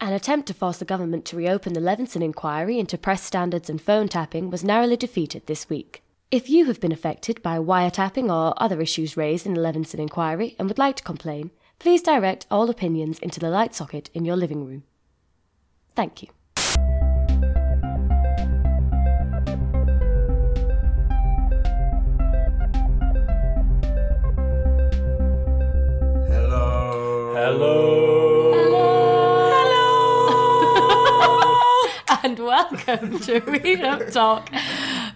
An attempt to force the government to reopen the Levinson inquiry into press standards and phone tapping was narrowly defeated this week. If you have been affected by wiretapping or other issues raised in the Levinson inquiry and would like to complain, please direct all opinions into the light socket in your living room. Thank you. Hello. Hello. And welcome to We Don't Talk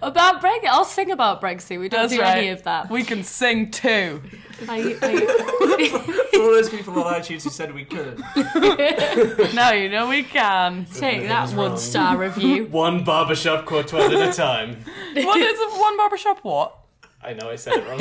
about Brexit. I'll sing about Brexit. We don't That's do right. any of that. We can sing too. Are you- are you- For all those people on iTunes who said we could. No, you know we can. Take that one star review. One barbershop quartet at a time. What is a one barbershop what? I know I said it wrong.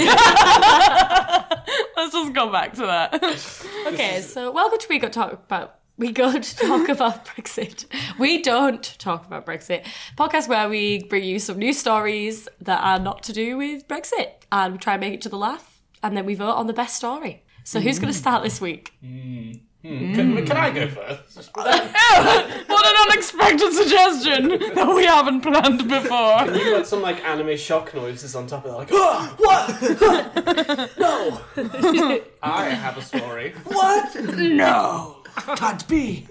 Let's just go back to that. Okay, so welcome to We Got Talk About. We go to talk about Brexit. We don't talk about Brexit. Podcast where we bring you some news stories that are not to do with Brexit and we try and make each other laugh and then we vote on the best story. So who's Mm. going to start this week? can, Mm. can I go first? What an unexpected suggestion that we haven't planned before. You got some like anime shock noises on top of that, like, oh, what? no! I have a story. What? No. Can't be.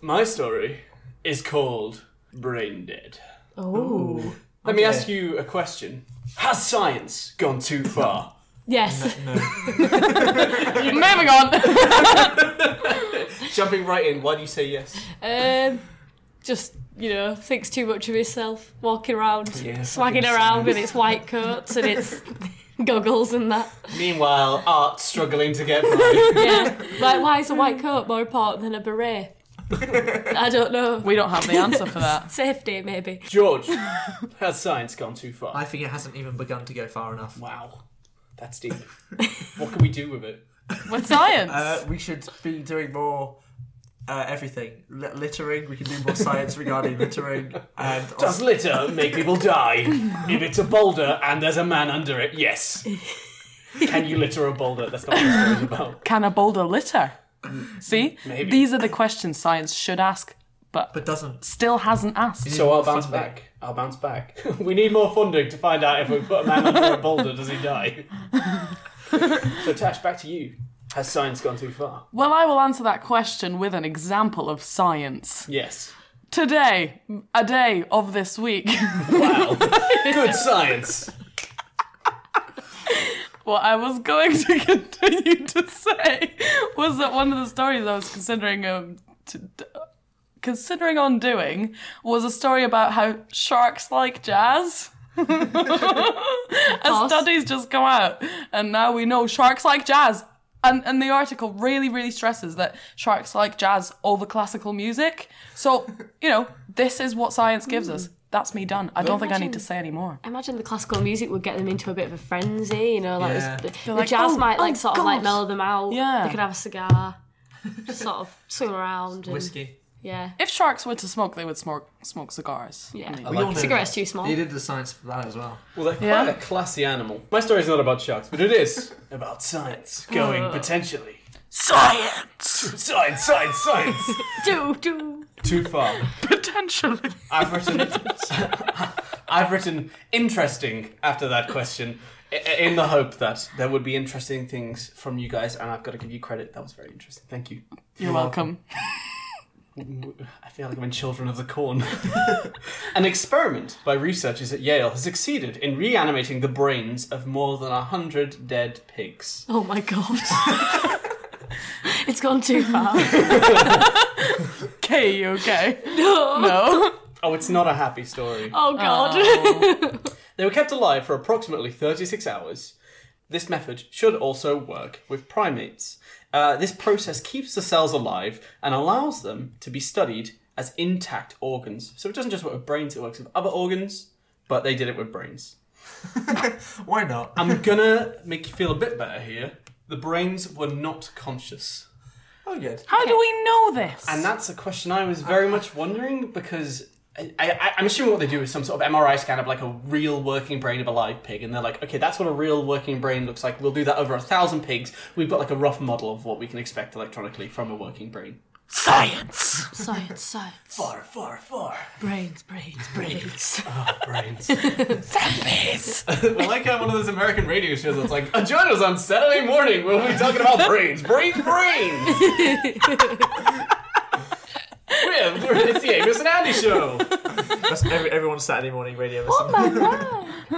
My story is called Brain Dead. Oh. Let me ask you a question Has science gone too far? Yes. Moving on. Jumping right in, why do you say yes? Um, just, you know, thinks too much of himself, walking around, Yeah, swagging fucking around with its white coats and its goggles and that. Meanwhile, art's struggling to get by. Yeah. Like, why is a white coat more important than a beret? I don't know. We don't have the answer for that. Safety, maybe. George, has science gone too far? I think it hasn't even begun to go far enough. Wow, that's deep. what can we do with it? With science. Uh, we should be doing more uh, everything. Li- littering, we can do more science regarding littering. And Does litter make people die? if it's a boulder and there's a man under it, yes. Can you litter a boulder? That's not what this story's about. Can a boulder litter? See? Maybe. These are the questions science should ask, but, but doesn't. still hasn't asked. So I'll bounce back. I'll bounce back. we need more funding to find out if we put a man under a boulder, does he die? so Tash, back to you. Has science gone too far? Well, I will answer that question with an example of science. Yes. Today, a day of this week. Wow. Good science. What I was going to continue to say was that one of the stories I was considering um, to, d- considering on doing was a story about how sharks like jazz. a course. study's just come out, and now we know sharks like jazz. And, and the article really, really stresses that sharks like jazz over classical music. So, you know, this is what science gives us. That's me done. I don't think I need to say any more. I imagine the classical music would get them into a bit of a frenzy, you know, like Yeah. the, the like, jazz "Oh, might like oh, sort of like God." mellow them out. Yeah. They could have a cigar, just sort of swim around. And, Whiskey. Yeah. If sharks were to smoke, they would smoke smoke cigars. Yeah. I mean, We all know Cigarettes that. too small. They did the science for that as well. Well, they're quite Yeah. a classy animal. My story's not about sharks, but it is about science going potentially Science! science, science, science Do, do. too far. Potentially. I've written, I've written interesting after that question, i- i- in the hope that there would be interesting things from you guys, and I've got to give you credit. That was very interesting. Thank you. You're welcome. I feel like I'm in Children of the Corn. An experiment by researchers at Yale has succeeded in reanimating the brains of more than hundred dead pigs. Oh my God. it's gone too far. Okay, you okay? No. No. Oh, it's not a happy story. Oh God. They were kept alive for approximately 36 hours. This method should also work with primates. Uh, this process keeps the cells alive and allows them to be studied as intact organs. So it doesn't just work with brains, it works with other organs, but they did it with brains. Why not? I'm gonna make you feel a bit better here. The brains were not conscious. oh, good. How do we know this? And that's a question I was very much wondering because I, I, I'm assuming what they do is some sort of MRI scan of like a real working brain of a live pig, and they're like, okay, that's what a real working brain looks like. We'll do that over a thousand pigs. We've got like a rough model of what we can expect electronically from a working brain. Science! Science, science. Far, far, far. Brains, brains, brains. brains. I like how one of those American radio shows that's like, join us on Saturday morning. We'll be talking about brains, brains, brains. We're, we're, it's the Amos and Andy show. That's every, everyone's Saturday morning radio. listen.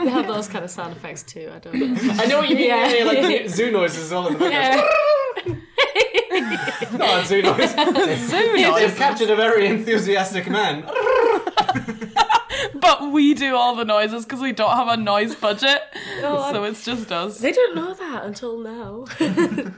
they have those kind of sound effects too. I don't know. I know what you mean. Yeah. Yeah. yeah, like the zoo noises as well in the background. Not zoo noise. They've captured a very enthusiastic man. But we do all the noises because we don't have a noise budget. so it's just us. Oh, They don't know that until now.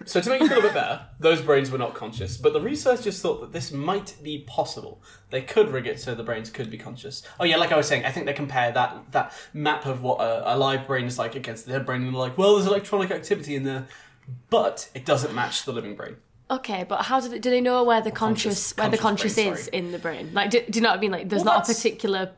So to make you feel a bit better, those brains were not conscious, but the researchers thought that this might be possible. They could rig it so the brains could be conscious. Oh yeah, like I was saying, I think they compare that that map of what a, a live brain is like against the dead brain, and they're like, well, there's electronic activity in there, but it doesn't match the living brain. okay, but how do they, do they know where the conscious, Conscious- where the conscious conscious brain, is sorry. in the brain? Like, do, do you know what I mean? Like, there's Well, not a that's- particular.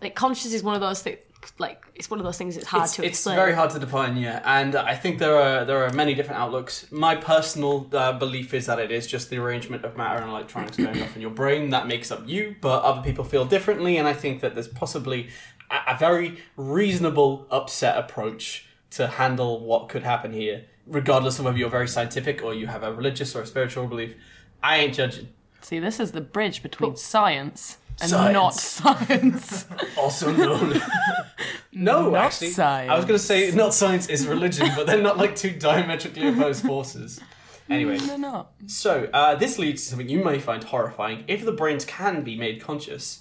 Like, conscious is one of those things. Like, it's one of those things. It's hard It's, to it's explain. very hard to define, yeah, and I think there are there are many different outlooks. My personal uh, belief is that it is just the arrangement of matter and electronics going off in your brain that makes up you, but other people feel differently, and I think that there's possibly a, a very reasonable upset approach to handle what could happen here, regardless of whether you're very scientific or you have a religious or a spiritual belief. I ain't judging. See, this is the bridge between science and Science. not science. Also known. no, Not actually. science. I was going to say not science is religion, but they're not like two diametrically opposed forces. Anyway, They're not. so uh, this leads to something you may find horrifying. If the brains can be made conscious,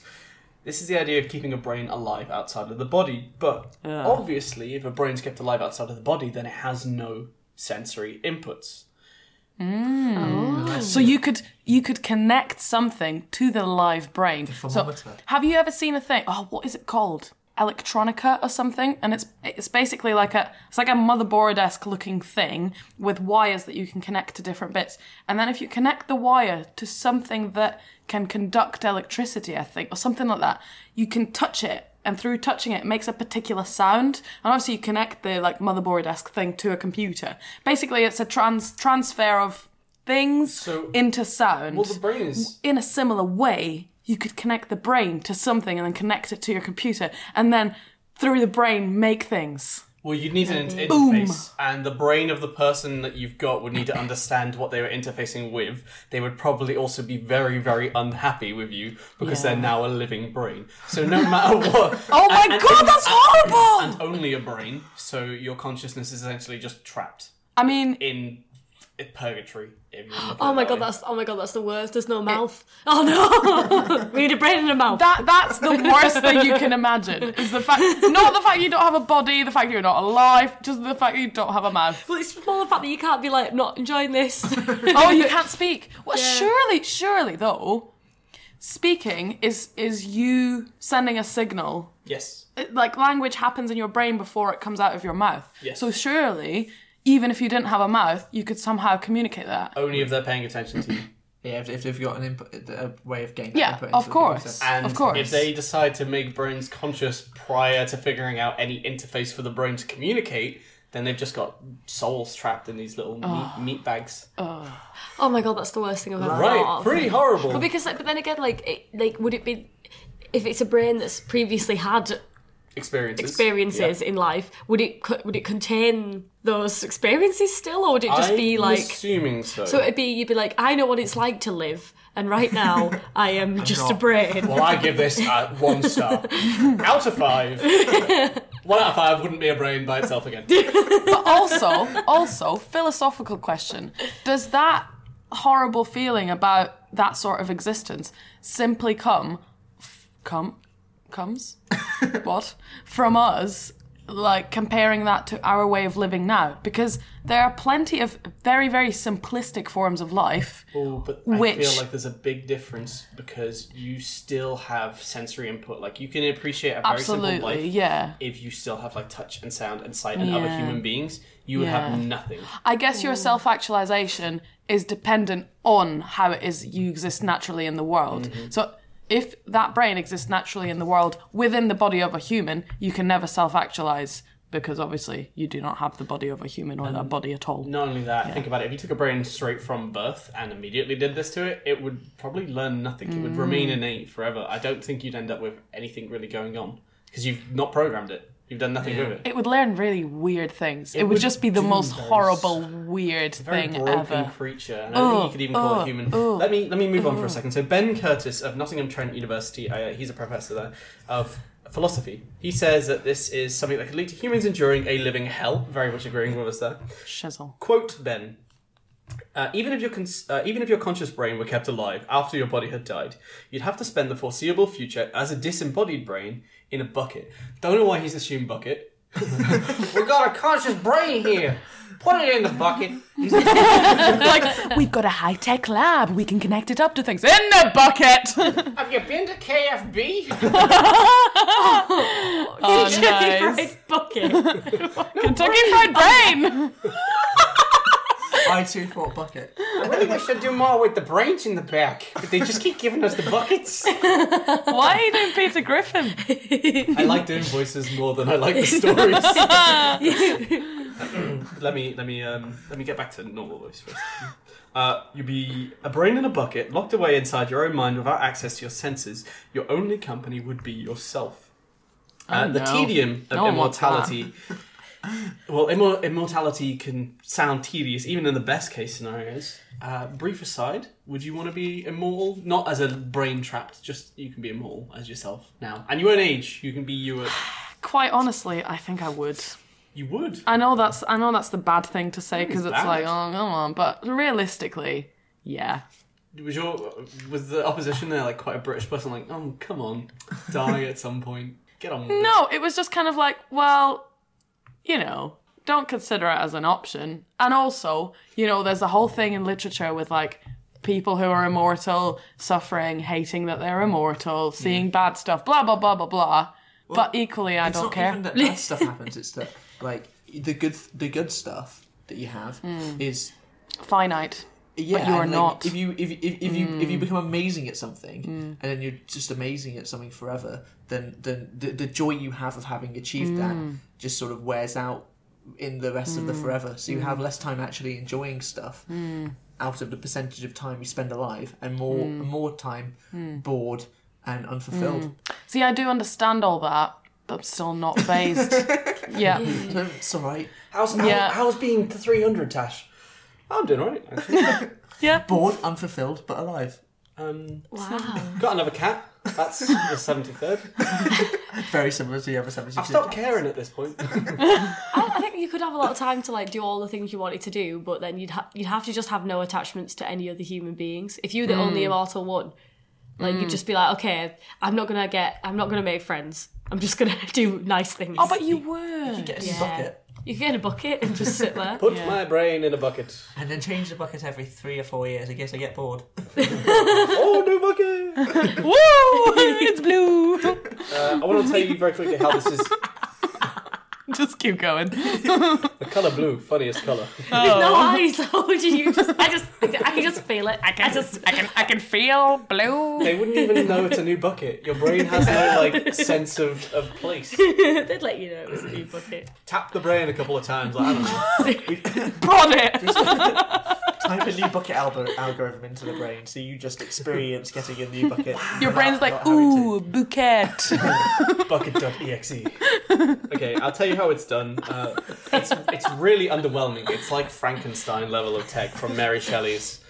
this is the idea of keeping a brain alive outside of the body. But obviously, if a brain's kept alive outside of the body, then it has no sensory inputs. So you could you could connect something to the live brain. so thermometer. have you ever seen a thing? Oh, what is it called? Electronica or something? And it's it's basically like a it's like a motherboard esque looking thing with wires that you can connect to different bits. And then if you connect the wire to something that can conduct electricity, I think, or something like that, you can touch it. And through touching it, it makes a particular sound. And obviously, you connect the like motherboard esque thing to a computer. Basically, it's a trans transfer of things So- into sound. Well, the brain is. In a similar way, you could connect the brain to something and then connect it to your computer, and then through the brain make things. Well, you'd need an in- interface, and the brain of the person that you've got would need to understand what they were interfacing with. They would probably also be very, very unhappy with you because Yeah. they're now a living brain. So no matter what. Oh my and- and god, only- that's horrible! And only a brain, so your consciousness is essentially just trapped I mean, in purgatory. if you look at Oh it my that god, way. that's oh my god, that's the worst. There's no mouth. Oh no, we need a brain and a mouth. that that's the worst thing you can imagine. Is the fact not the fact you don't have a body, the fact you're not alive, just the fact you don't have a mouth. Well, it's from all the fact that you can't be like not enjoying this. Oh, you can't speak. Well, surely, surely though, speaking is is you sending a signal Yes. like language happens in your brain before it comes out of your mouth. Yes. So surely, even if you didn't have a mouth, you could somehow communicate that. Only if they're paying attention to you. Yeah, if, if they've got an input, uh, a way of getting Yeah, input. into of the Uh, course. process. And Of course. if they decide to make brains conscious prior to figuring out any interface for the brain to communicate, then they've just got souls trapped in these little meat, meat bags. oh my god, that's the worst thing I've ever thought right, of. pretty horrible. But because, like, but then again, like, it, like, would it be if it's a brain that's previously had experiences. experiences in life? Would it co- would it contain those experiences still, or would it Yeah. just be I'm like? assuming so. So it'd be you'd be like, I know what it's like to live, and right now I am just a not- brain. well, I give this uh, one star out of five. one out of five wouldn't be a brain by itself again. But also, also philosophical question: Does that horrible feeling about that sort of existence simply come, f- come, comes, what from us? Like comparing that to our way of living now, because there are plenty of very, very simplistic forms of life. Oh, but I Which- feel like there's a big difference because you still have sensory input. Like you can appreciate a very simple life Absolutely, yeah. if you still have like touch and sound and sight and other Yeah. human beings. You would have Yeah. nothing. I guess your self actualization is dependent on how it is you exist naturally in the world. So if that brain exists naturally in the world within the body of a human, you can never self actualize because obviously you do not have the body of a human or that body at all. Not only that, think about it. If you took a brain straight from birth and immediately did this to it, it would probably learn nothing. It would Mm. remain innate forever. I don't think you'd end up with anything really going on because you've not programmed it. You've done nothing with it. It would learn really weird things. It, would, would just be the do most those- horrible, weird Very thing broken ever. creature. And I don't think you could even call oh, it human. let me let me move on for a second. So Ben Curtis of Nottingham Trent University, uh, he's a professor there of philosophy. He says that this is something that could lead to humans enduring a living hell. Very much agreeing with us there. Shizzle. Quote Ben. Uh, even if your cons- uh, even if your conscious brain were kept alive after your body had died, you'd have to spend the foreseeable future as a disembodied brain in a bucket. Don't know why he's assumed bucket. we got a conscious brain here. Put it in the bucket. like, we've got a high tech lab. We can connect it up to things in the bucket. Have you been to KFB? oh, Kentucky nice. Fried Bucket. Kentucky Fried Brain. I too thought bucket. I really wish I'd do more with the brains in the back, but they just keep giving us the buckets. Why are you doing Peter Griffin? I like doing voices more than I like the stories. let me let me um, let me get back to normal voice first. Uh, you'll be a brain in a bucket, locked away inside your own mind without access to your senses. Your only company would be yourself. Uh, the Oh, no. tedium of No one wants immortality. Well, immor- immortality can sound tedious, even in the best case scenarios. Uh, brief aside, would you want to be immortal? Not as a brain trapped, just you can be immortal as yourself now. And you won't age. You can be you at. Quite honestly, I think I would. You would. I know that's I know that's the bad thing to say because it's, bad. like, oh, come on. But realistically, yeah. Was your was the opposition there like quite a British person? Like, oh come on, die at some point. Get on. With it." No, it was just kind of like, well, you know, don't consider it as an option. And also, you know, there's a whole thing in literature with like people who are immortal suffering, hating that they're immortal, seeing bad stuff, blah blah blah blah blah. but equally, I It's don't not care. even that bad stuff happens. It's that like the good the good stuff that you have Hmm. is Finite. yeah. you're and, like, not. Mm. If you if if, if you if you become amazing at something and then you're just amazing at something forever, then then the, the joy you have of having achieved Mm. that just sort of wears out in the rest of the forever. So you Mm. have less time actually enjoying stuff. Out of the percentage of time you spend alive, and more Mm. more time bored and unfulfilled. See, I do understand all that, but I'm still not phased. yeah. No, it's all right. How's Yeah. how, how's being to three hundred, Tash? I'm doing alright. actually. Bored, unfulfilled, but alive. Um, wow. got another cat. That's the seventy third. Very similar to the other 72. I've stopped caring at this point. I, I think you could have a lot of time to like do all the things you wanted to do, but then you'd ha- you'd have to just have no attachments to any other human beings. If you were the only immortal one, like you'd just be like, okay, I'm not gonna get, I'm not gonna make friends. I'm just gonna do nice things. Oh, but you would. Get a Yeah. bucket you can get a bucket and just sit there. Put my brain in a bucket. and then change the bucket every three or four years. I guess I get bored. Oh no, bucket! Woo! It's blue. Uh, I want to tell you very quickly how this is Just keep going. the color blue, funniest color. No eyes. How do you just? I just, I can just feel it. I can just. I can I can feel blue. They wouldn't even know it's a new bucket. Your brain has no like sense of, of place. They'd let you know it was a new eh? bucket. Tap the brain a couple of times. Like, I don't know. Prod it. Type a new bucket alg- algorithm into the brain so you just experience getting a new bucket. Your without- brain's like, not having to- ooh, bouquet. bucket.exe. okay, I'll tell you how it's done. Uh, it's it's really underwhelming. It's like Frankenstein level of tech from Mary Shelley's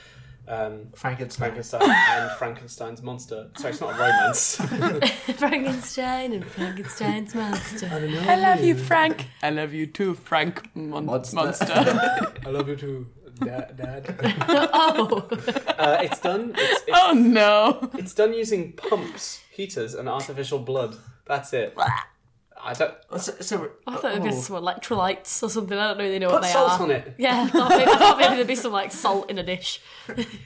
um, Frankenstein. Frankenstein and Frankenstein's monster. Sorry, it's not a romance. Frankenstein and Frankenstein's monster. I love you, Frank. I love you too, Frank Mon- Monster. Monster. I love you too, Dad. Oh, Uh, it's done. It's, it's, oh no. it's done using pumps, heaters, and artificial blood. That's it. I don't So, so, I thought it was oh, some electrolytes or something. I don't really know what put they salt are. on it. Yeah, I thought, maybe, I thought maybe there'd be some like salt in a dish.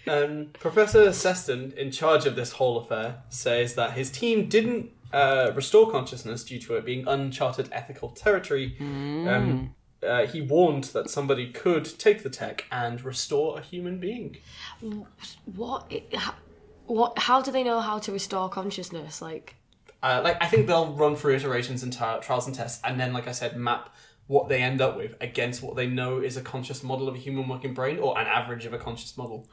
Um, Professor Seston, in charge of this whole affair, says that his team didn't uh, restore consciousness due to it being uncharted ethical territory. Um, uh, he warned that somebody could take the tech and restore a human being. What? It, how, what? How do they know how to restore consciousness? Like, Uh, like I think they'll run through iterations and tri- trials and tests, and then, like I said, map what they end up with against what they know is a conscious model of a human working brain or an average of a conscious model,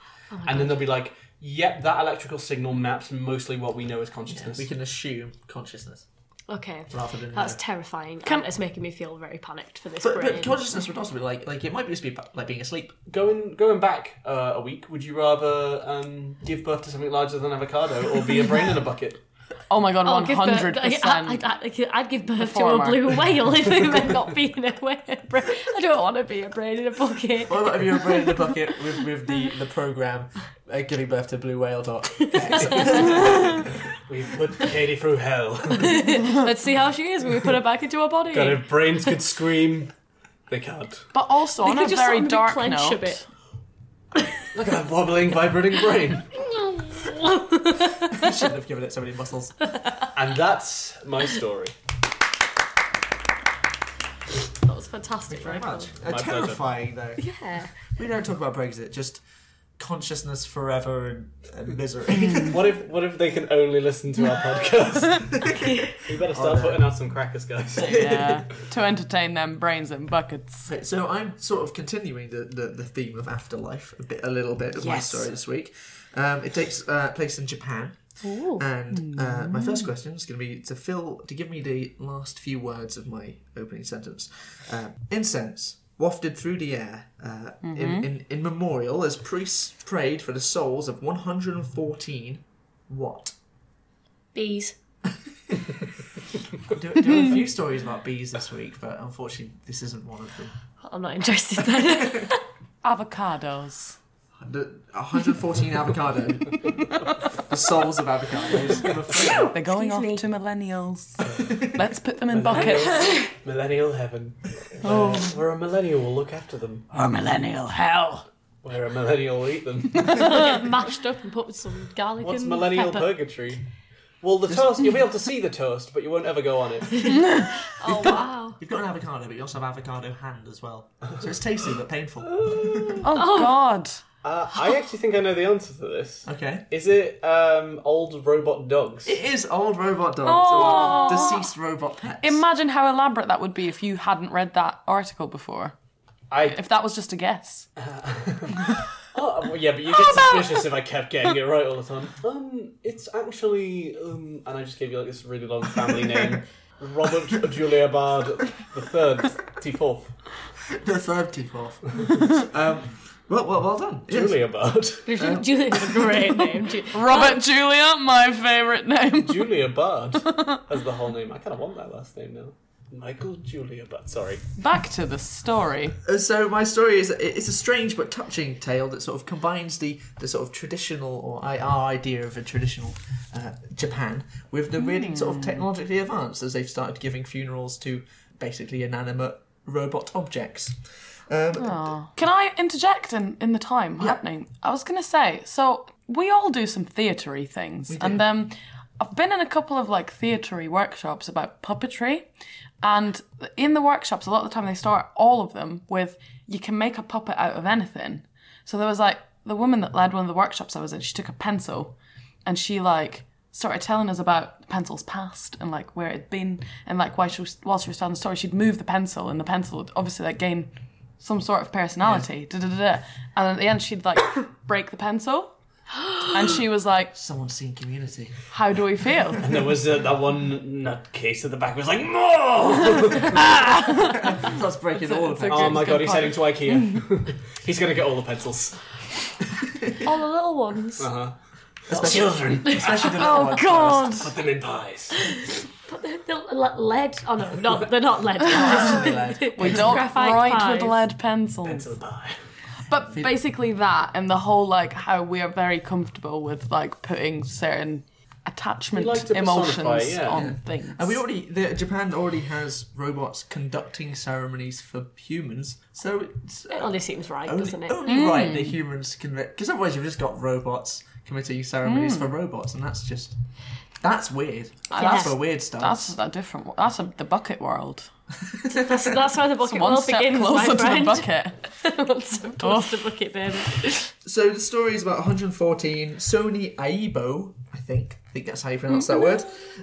and then they'll be like, "Yep, that electrical signal maps mostly what we know as consciousness." We can assume consciousness Okay. rather than That's know. terrifying. Can- and it's making me feel very panicked for this But, brain. but consciousness would also be like like it might just be about, like being asleep. Going going back uh, a week, would you rather um, give birth to something larger than avocado or be a brain in a bucket? Oh my god, Oh, one give birth- hundred I, percent. would give birth to a former. blue whale if it meant not being a whale. I don't want to be a brain in a bucket. What about if you're a brain in the bucket with, with the, the program uh, giving birth to blue whale dot? We've put Katie through hell. Let's see how she is when we put her back into her body. God, if brains could scream, they can't. But also They on could a just very let me dark clench note. a bit. Look at that wobbling, vibrating brain. I shouldn't have given it so many muscles. And that's my story. That was fantastic. Very Right? much. My Uh, pleasure. terrifying though. Yeah. We don't talk about Brexit. Just consciousness forever and, and misery. What if what if they can only listen to our podcast? we better start putting out some crackers, guys. yeah, to entertain them brains in buckets. Right, so I'm sort of continuing the, the, the theme of afterlife a bit, a little bit with my Yes. story this week. Um, it takes uh, place in Japan, and uh, my first question is going to be to Phil to give me the last few words of my opening sentence. Um, incense wafted through the air uh, in, in in memorial as priests prayed for the souls of 114 what? Bees. There there are a few stories about bees this week, but unfortunately, this isn't one of them. I'm not interested then. Avocados. The 114 avocado. the souls of avocados. They're going off Excuse me. to millennials. Let's put them in buckets. Millennial heaven. Where, where a millennial will look after them. Or millennial hell. Where a millennial will eat them. Mashed up and put with some garlic What's and millennial pepper. purgatory? Well, the toast, you'll be able to see the toast, but you won't ever go on it. Oh wow. You've got an avocado, but you also have avocado hand as well. So it's tasty but painful. Oh, god. Uh, I actually think I know the answer to this. Okay. Is it um, old robot dogs? It is old robot dogs, Aw. or deceased robot pets. Imagine how elaborate that would be if you hadn't read that article before. I If that was just a guess. oh, well, yeah, but you'd get suspicious if I kept getting it right all the time. Um, it's actually um, and I just gave you like this really long family name, Robert Julia Bard the third, T fourth, the third teeth off. um, well, well, well done. Yes. Julia Bard, Julia's a great name. Ju- Robert Julia, my favourite name. Julia Bard as the whole name. I kind of want that last name now. Michael Julia Bard. Sorry. Back to the story. Uh, So my story is it's a strange but touching tale that sort of combines the, the sort of traditional or I- our idea of a traditional uh, Japan with the really sort of technologically advanced as they've started giving funerals to basically inanimate robot objects. Um, Can I interject in, in the time happening? I was going to say, so we all do some theatery things. And um, I've been in a couple of like theatery workshops about puppetry. And in the workshops, a lot of the time they start all of them with you can make a puppet out of anything. So there was like the woman that led one of the workshops I was in, she took a pencil and she like started telling us about the pencil's past and like where it'd been and like why she was while she was telling the story she'd move the pencil and the pencil would obviously like gain some sort of personality da, da, da, da. and at the end she'd like break the pencil and she was like someone's seen Community. how do we feel And there was uh, that one nutcase at the back was like, no! That's breaking all of it's a it. Oh Good- my good god, he's point. heading to IKEA. he's gonna get all the pencils. All the little ones. Children, Especially the oh god put them in pies. They'll let lead. Oh no, not they're not lead. pies. we don't Graphite write pies. with lead pencils Pencil pie. But basically that and the whole like how we are very comfortable with like putting certain attachment We like to personify, emotions yeah. on things. And we already, the, Japan already has robots conducting ceremonies for humans, so it's It only seems right, Only, doesn't it? only right that humans can because otherwise you've just got robots committing ceremonies for robots, and that's just that's weird. Yeah. That's for weird stuff. that's a different. That's a, the bucket world. That's, that's where the bucket One will step begin, my closer to the friend. bucket. One step closer to the bucket, baby. So the story is about 114 Sony Aibo, I think. I think that's how you pronounce that word.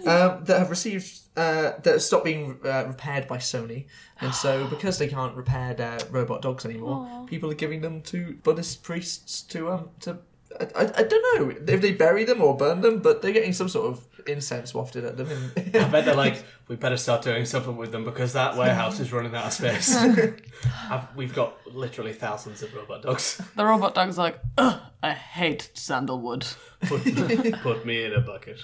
Um, that have received uh, that have stopped being uh, repaired by Sony, and so because they can't repair their robot dogs anymore, people are giving them to Buddhist priests to um to. I, I, I don't know if they bury them or burn them, but they're getting some sort of incense wafted at them. I bet they're like, we better start doing something with them because that warehouse is running out of space. I've, we've got literally thousands of robot dogs. The robot dog's like, Ugh, I hate sandalwood. Put, put me in a bucket.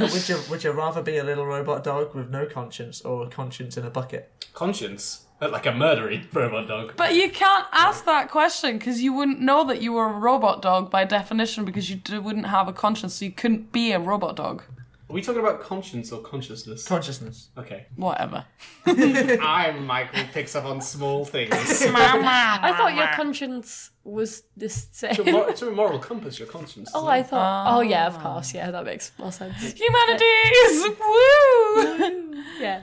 would you Would you rather be a little robot dog with no conscience or a conscience in a bucket? Conscience, Uh, like a murdery robot dog. But you can't ask that question because you wouldn't know that you were a robot dog by definition because you d- wouldn't have a conscience, so you couldn't be a robot dog. Are we talking about conscience or consciousness? Consciousness. okay. Whatever. I'm Michael picks up on small things. I thought your conscience was the It's a same. mor- it's a moral compass, your conscience. Oh, isn't I it? thought. Oh, yeah, of course. Yeah, that makes more sense. Humanities! Woo! Yeah.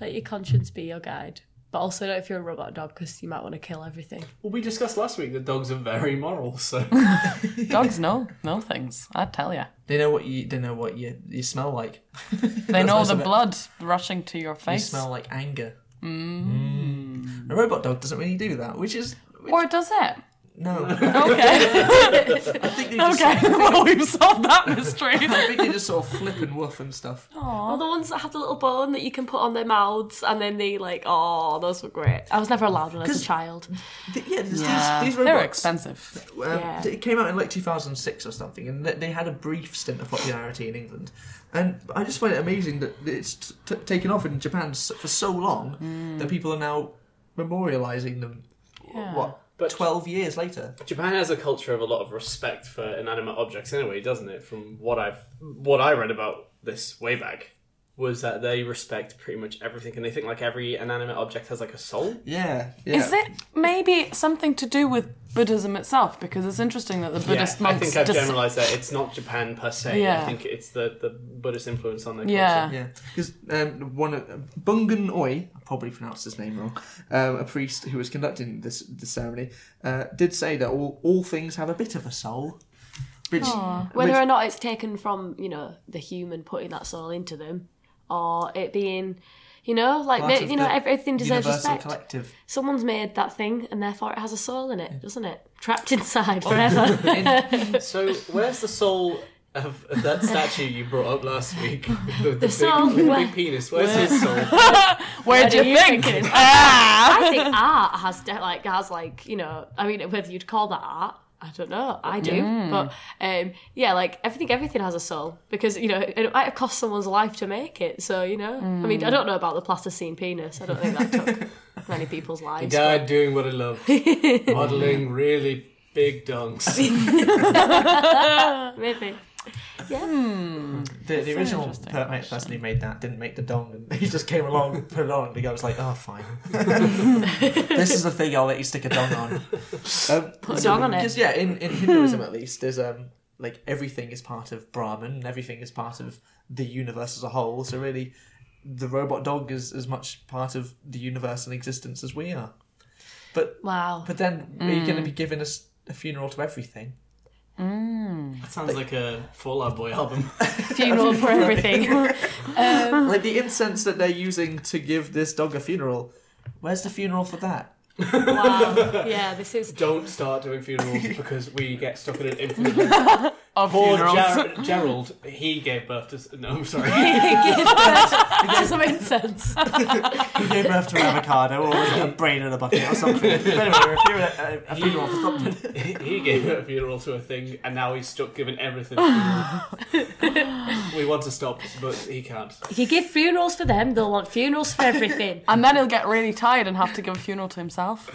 Let your conscience be your guide. But also, not if you're a robot dog, because you might want to kill everything. Well, we discussed last week that dogs are very moral, so Dogs know, know things, I tell ya. They know what you. They know what you. You smell like. They know most the of it. blood rushing to your You face. smell like anger. Mm. A robot dog doesn't really do that, which is which- Or does it? no. Okay. I think they just. okay. well, we've solved that mystery. I think they just sort of flip and woof and stuff. Oh. Or the ones that have the little bone that you can put on their mouths, and then they like, oh, those were great. I was never allowed one as 'Cause- a child. Th- yeah, there's Yeah, these, these they're robots. expensive. Um, Yeah. It came out in like 2006 or something, and th- they had a brief stint of popularity in England. And I just find it amazing that it's t- t- taken off in Japan s- for so long Mm. that people are now memorializing them. What? But- 12 years later. Japan has a culture of a lot of respect for inanimate objects, anyway, doesn't it? From what I've what I read about this way back was that they respect pretty much everything, and they think like every inanimate object has like a soul. Yeah. yeah. Is it maybe something to do with Buddhism itself? Because it's interesting that the Buddhist I monks. think I've dis- generalized that it's not Japan per se. Yeah. I think it's the, the Buddhist influence on their Yeah. Ah. culture. Yeah, because um, one of Bungan Oi, I probably pronounced his name wrong, um, a priest who was conducting this the ceremony, uh, did say that all, all things have a bit of a soul. Which, Whether which- or not it's taken from, you know, the human putting that soul into them, or it being, you know, like, Part ma- of you know, the everything deserves universal respect. collective. Someone's made that thing, and therefore it has a soul in it, doesn't it? Trapped inside Oh. forever. So where's the soul of of that statue you brought up last week? The, the big, soul, with the where- big penis. Where's his soul? Where do do you you think? think it is? Ah! I think art has de- like has like you know I mean whether you'd call that art I don't know I do but um, yeah like I think everything has a soul because you know it might have cost someone's life to make it so you know I mean Mm. I don't know about the Plasticine penis I don't think that took many people's He lives died doing what he loved, modeling really big dongs. but maybe The, the original permit person who made that didn't make the dong, and he just came along and put it on, and the guy was like, oh, fine. this is the thing I'll let you stick a dong on. Um, put a dog on it Because yeah, in, in Hinduism at least, there's um like everything is part of Brahman, and everything is part of the universe as a whole. So really, the robot dog is as much part of the universe and existence as we are. But wow but then we are you going Mm. to be giving us a funeral to everything? That sounds like a Fallout Boy album. funeral for everything Like the incense that they're using to give this dog a funeral. Where's the funeral for that? wow yeah this is Don't start doing funerals because we get stuck in an infinite. loop. Of Poor funerals. Ger- Gerald, he gave birth to. s- No, I'm sorry. doesn't make sense He gave birth to an avocado, or was it a brain in a bucket, or something. But anyway, we're doing a, a, a funeral for something. He- he gave a funeral to a thing, and now he's stuck giving everything. a funeral. we want to stop, but he can't. if you give funerals for them they'll want funerals for everything And then he'll get really tired and have to give a funeral to himself.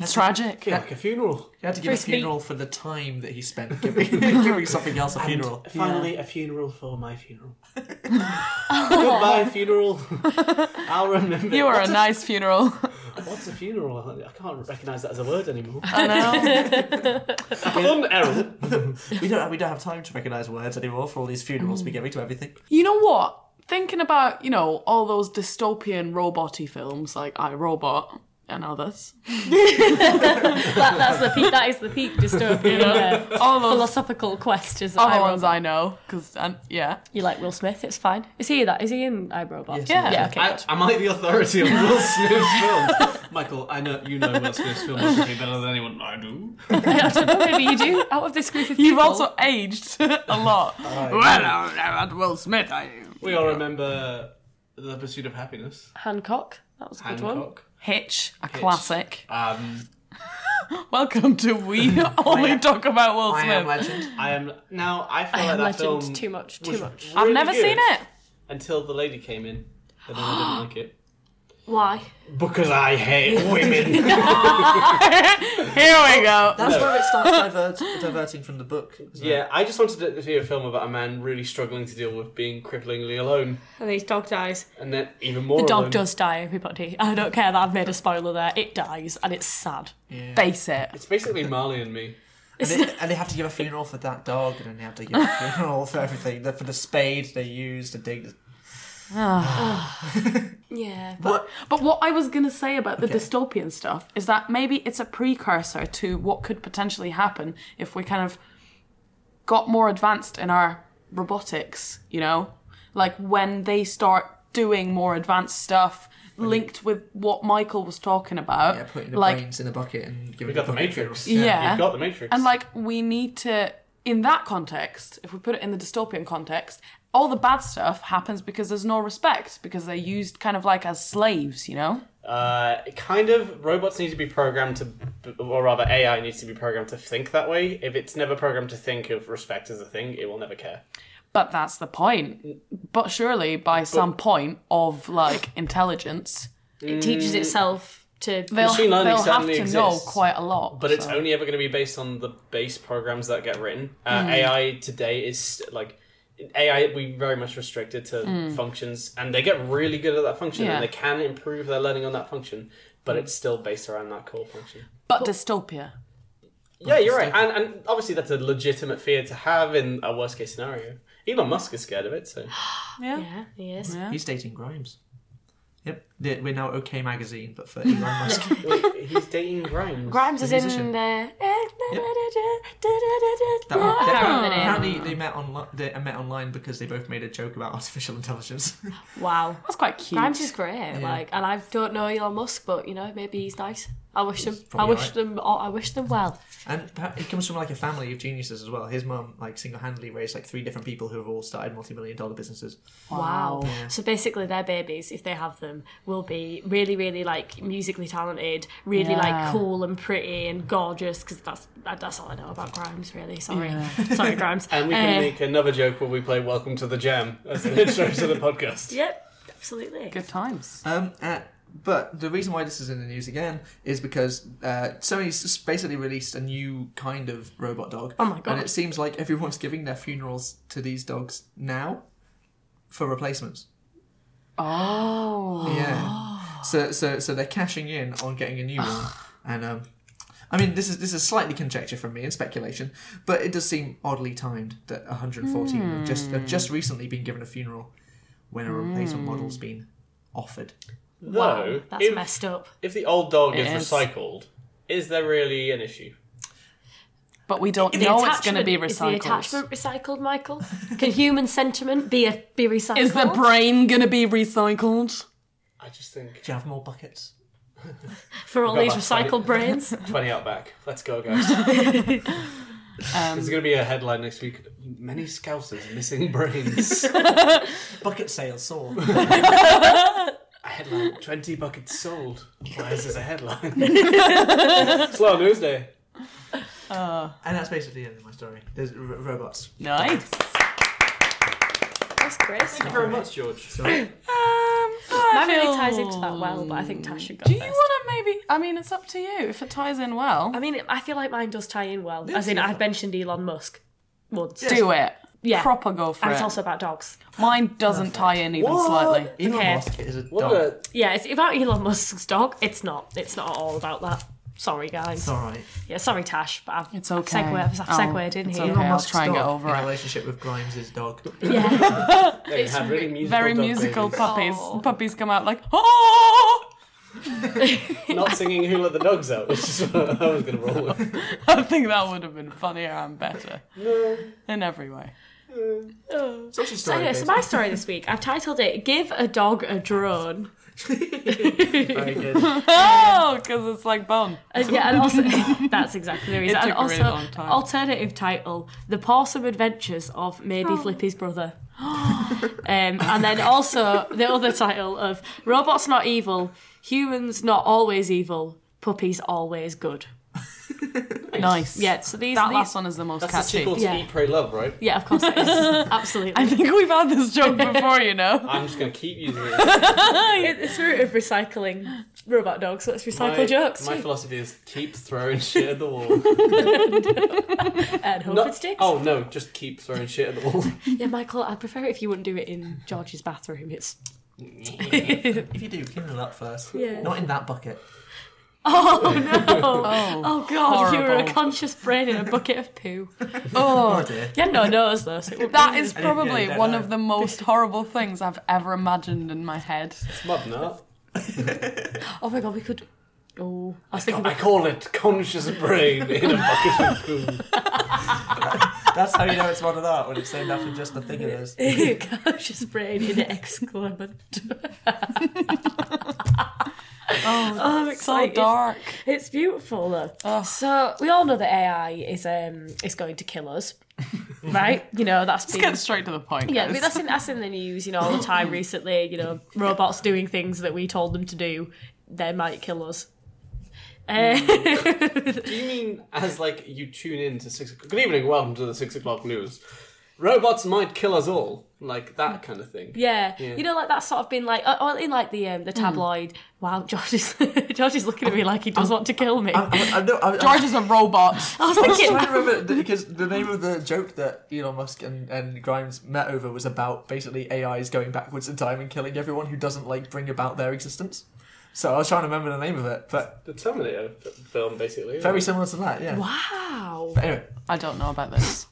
It's tragic. Okay, like a funeral. He had to give a his feet. funeral for the time that he spent giving, giving something else a funeral. Finally, a funeral for my funeral. Goodbye, funeral. I'll remember. You were a what's, nice funeral. a, what's a funeral? I can't recognise that as a word anymore. I know. Fun errand. We don't have, we don't have time to recognise words anymore for all these funerals we're giving to everything. You know what? thinking about you know all those dystopian roboty films like I Robot and others. That, that's the peak. That is the peak dystopian uh, All those philosophical quest. Is other I ones I know because yeah. You like Will Smith? It's fine. Is he that? Is he in iRobot? Yes, Yeah. Yeah. Okay. I, gotcha. am I the authority on Will Smith's films? Michael, I know you know Will Smith's films probably better than anyone I do. Maybe you do. Out of this group of people, You've also aged a lot. well, I don't know about Will Smith, I We all remember The Pursuit of Happiness. Hancock. That was a good one. Hancock. Hitch, a classic. Um, Welcome to We Only Talk About Will I am Smith. legend. I am now. I feel I like Am that Legend. film Too much. Too was much. I've really never good seen it. until the lady came in. And then I didn't like it Why? because I hate women. Here we go. That's where it starts divert, diverting from the book. isn't it? yeah, I just wanted to see a film about a man really struggling to deal with being cripplingly alone, And these dog dies. and then even more. The alone. dog does die, everybody. I don't care that I've made a spoiler there. It dies, and it's sad. Face it. It's basically Marley and me. And they, and they have to give a funeral for that dog, and then they have to give a funeral for everything. The- For the spade they used to dig. The... Yeah. What? But what I was going to say about the dystopian stuff is that maybe it's a precursor to what could potentially happen if we kind of got more advanced in our robotics, you know? Like when they start doing more advanced stuff linked with what Michael was talking about. Yeah, putting the like brains in a bucket and giving We got the bucket Matrix. to- Yeah. You've got the Matrix. And like we need to in that context, if we put it in the dystopian context, all the bad stuff happens because there's no respect because they're used kind of like as slaves, you know? Uh, kind of robots need to be programmed to, or rather, AI needs to be programmed to think that way. If it's never programmed to think of respect as a thing, it will never care. But that's the point. But surely by some point of like intelligence, It Mm. teaches itself to. they'll, Machine learning they'll have to certainly know exists, quite a lot. But it's so- only ever going to be based on the base programs that get written. Uh, Mm-hmm. AI today is like AI. We very much restricted to functions, and they get really good at that function, Mm. Yeah. and they can improve their learning on that function. But it's still based around that core function. but dystopia. Yeah, you're right, and, and obviously that's a legitimate fear to have in a worst case scenario. Elon Musk is scared of it, so. Yeah. Yeah. Yes. Yeah. He's dating Grimes. Yep, The- we're now OK Magazine, but for Elon Musk. Wait, he's dating Grimes. Grimes is The in musician. there. That one. They- minute. apparently, they met on they met online because they both made a joke about artificial intelligence. Wow. That's quite cute. Grimes is great, like, and I don't know Elon Musk, but you know, maybe he's nice. I wish them, I probably wish right. them, I wish them well. and perha- it comes from like a family of geniuses as well. His mum like single handedly raised like three different people who have all started multi million dollar businesses. Wow. Wow. So basically, their babies, if they have them, will be really, really like musically talented, really Yeah. like cool and pretty and gorgeous. Because that's that, that's all I know about Grimes, really. Sorry, sorry, Grimes. And we can Uh, make another joke where we play Welcome to the Jam as an intro to the podcast. Yep, absolutely. Good times. Um, uh, but the reason why this is in the news again is because uh, Sony's just basically released a new kind of robot dog. Oh my God. And it seems like everyone's giving their funerals to these dogs now for replacements. Oh. Yeah. So so so they're cashing in on getting a new one, and um, I mean this is this is slightly conjecture from me and speculation, but it does seem oddly timed that 114 have just have just Hmm. recently been given a funeral when a replacement model's been offered. Wow, Though, that's if, messed up. if the old dog It is, is. recycled, is there really an issue? But we don't The know it's going to attachment- be Is the recycled. attachment recycled, Michael? Can human sentiment be a, be recycled? Is the brain going to be recycled? I just think Do you have more buckets? for all We've these got about recycled brains? 20 out back. Let's go, guys. There's going to be a headline next week Many Scousers Missing Brains. Bucket sales sold. a headline 20 buckets sold. Why is this a headline? Slow news day. And that's basically the end of my story. There's r- robots. Nice. That's great. Thank you very much, George. So Um, That really ties into that well, but I think Tash should go Do you first. want to maybe? I mean, it's up to you. If it ties in well, I mean, I feel like mine does tie in well. As in, yes. I've mentioned Elon Musk once. do it. Yeah. Proper go for And it. it's also about dogs. Mine doesn't tie in even What? slightly. Elon Okay. Musk is a What dog. a Yeah, it's about Elon Musk's dog. It's not. It's not at all about that. Sorry, guys. It's all right. Yeah, sorry, Tash, but I've, It's I've okay. segued, I've I'll- segued in it's here. okay. Elon I'll Musk's try and get dog over in it. relationship with Grimes' dog. Yeah, There you have really musical Very dog musical babies. puppies. Aw. Puppies come out like, oh! Not singing Who Let the Dogs Out, which is what I was going to roll with. I think that would have been funnier and better. In every way. It's so, actually story anyway, so my story this week, I've titled it "Give a Dog a Drone." Very good. Oh, because it's like bone. And Uh, yeah, and also that's exactly the reason. It took and a really also, long time. alternative title: The Pawsome Adventures of Maybe Flippy's Brother. um, and then also the other title of Robots Not Evil, Humans Not Always Evil, Puppies Always Good. Nice. Yeah, so these, That these last one is the most That's the catchy. sequel to Yeah. Eat, Pray, Love, right? yeah, of course it is. Absolutely. I think we've had this joke before, you know. I'm just going to keep using it. It- it's root of recycling robot dogs. Let's recycle my, jokes. my too. philosophy is keep throwing shit at the wall. and hope it sticks. oh, no, just keep throwing shit at the wall. Yeah, Michael, I'd prefer it if you wouldn't do it in George's bathroom. It's if you do, clean it up first. Yeah. Not in that bucket. oh no, oh, Oh, god, you were a horrible. conscious brain in a bucket of poo. Oh dear. You had no nose though, so it wouldn't That be- is I didn't- yeah, probably don't one know. of the most horrible things I've ever imagined in my head. It's mud, no? Oh my god, we could. Oh, I was thinking I about. call it conscious brain in a bucket of poo. That's how you know it's modern art when it's named after just the thing it is. Conscious brain in an excrement. Oh, I'm so excited. dark. It's beautiful though. So we all know that AI is um is going to kill us, right? You know that's Let's been- get straight to the point. Yeah, but guys. that's in that's in the news, you know, all the time recently. You know, robots doing things that we told them to do, they might kill us. Uh, Do you mean as like you tune in to six? o'clock Good evening, welcome to the six o'clock news. Robots might kill us all, like that kind of thing. yeah. Yeah. Hmm. you know, like that's sort of been like, oh, oh, in like the um, the tabloid. Wow, George is George is looking at Oh. me like he does want to kill me. I'm, I'm, I'm, no, I'm, I'm, George is a robot. I Oh, was I was trying thinking, to remember th- because the name of the joke that Elon Musk and, and Grimes met over was about basically AIs going backwards in time and killing everyone who doesn't like bring about their existence. So I was trying to remember the name of it, but The Terminator f- film, basically. very similar to that, yeah. wow. But anyway, I don't know about this.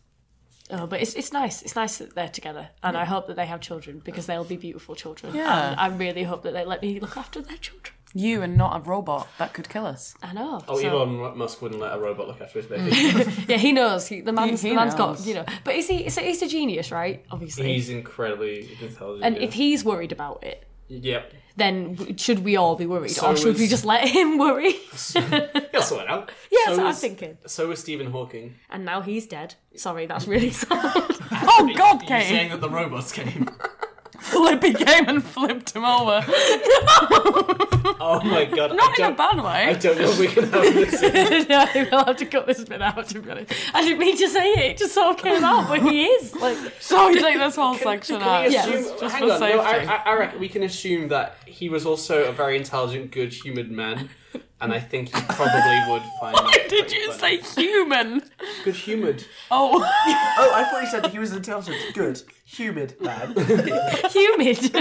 Oh, but it's it's nice. It's nice that they're together, and I hope that they have children because they'll be beautiful children. Yeah. and I really hope that they let me look after their children. You and not a robot that could kill us. I know. Oh, so- Elon Musk wouldn't let a robot look after his baby. Yeah, he knows. He, the man's, he the man's knows. got you know. But is he? So he's a genius, right? Obviously. He's incredibly intelligent. and yeah. if he's worried about it, yep, then w- should we all be worried, So or should we is- just let him worry? he'll sort it out. Yeah, that's what I'm was- thinking. So was Stephen Hawking. And now he's dead. Sorry, that's really sad. Oh God, You're Kate! saying that the robots came. Flippy came and flipped him over. oh my god! I Not in don't, a bad I way. don't know if we can have this. in. no, we'll have to cut this bit out. To be honest, I didn't mean to say it. It just sort of came out, but he is like. So we take this whole section out. Yeah. Assume- Just, just hang for on, safety. no, I, I, I reckon we can assume that he was also a very intelligent, good-humoured man, and I think he probably would find. Why did you say human? good-humoured? Oh, oh, I thought you said that he was an intelligent, good, humid man. humid.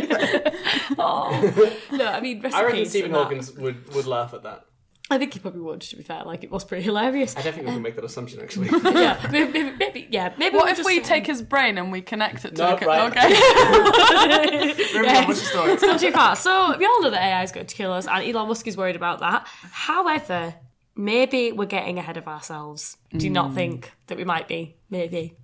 oh no, I mean, rest I in reckon peace Stephen and that. Hawkins would, would laugh at that. I think he probably would. To be fair, like it was pretty hilarious. I don't think we can make that assumption actually. Hmm. yeah, maybe, maybe, maybe- yeah, maybe. we'll what if just- we take his brain and we connect it to No, the co- right. okay? Moving on, what's the story? It's gone too far. So we all know that AI is going to kill us, and Elon Musk is worried about that. However, maybe we're getting ahead of ourselves. Do you not think that we might be? Maybe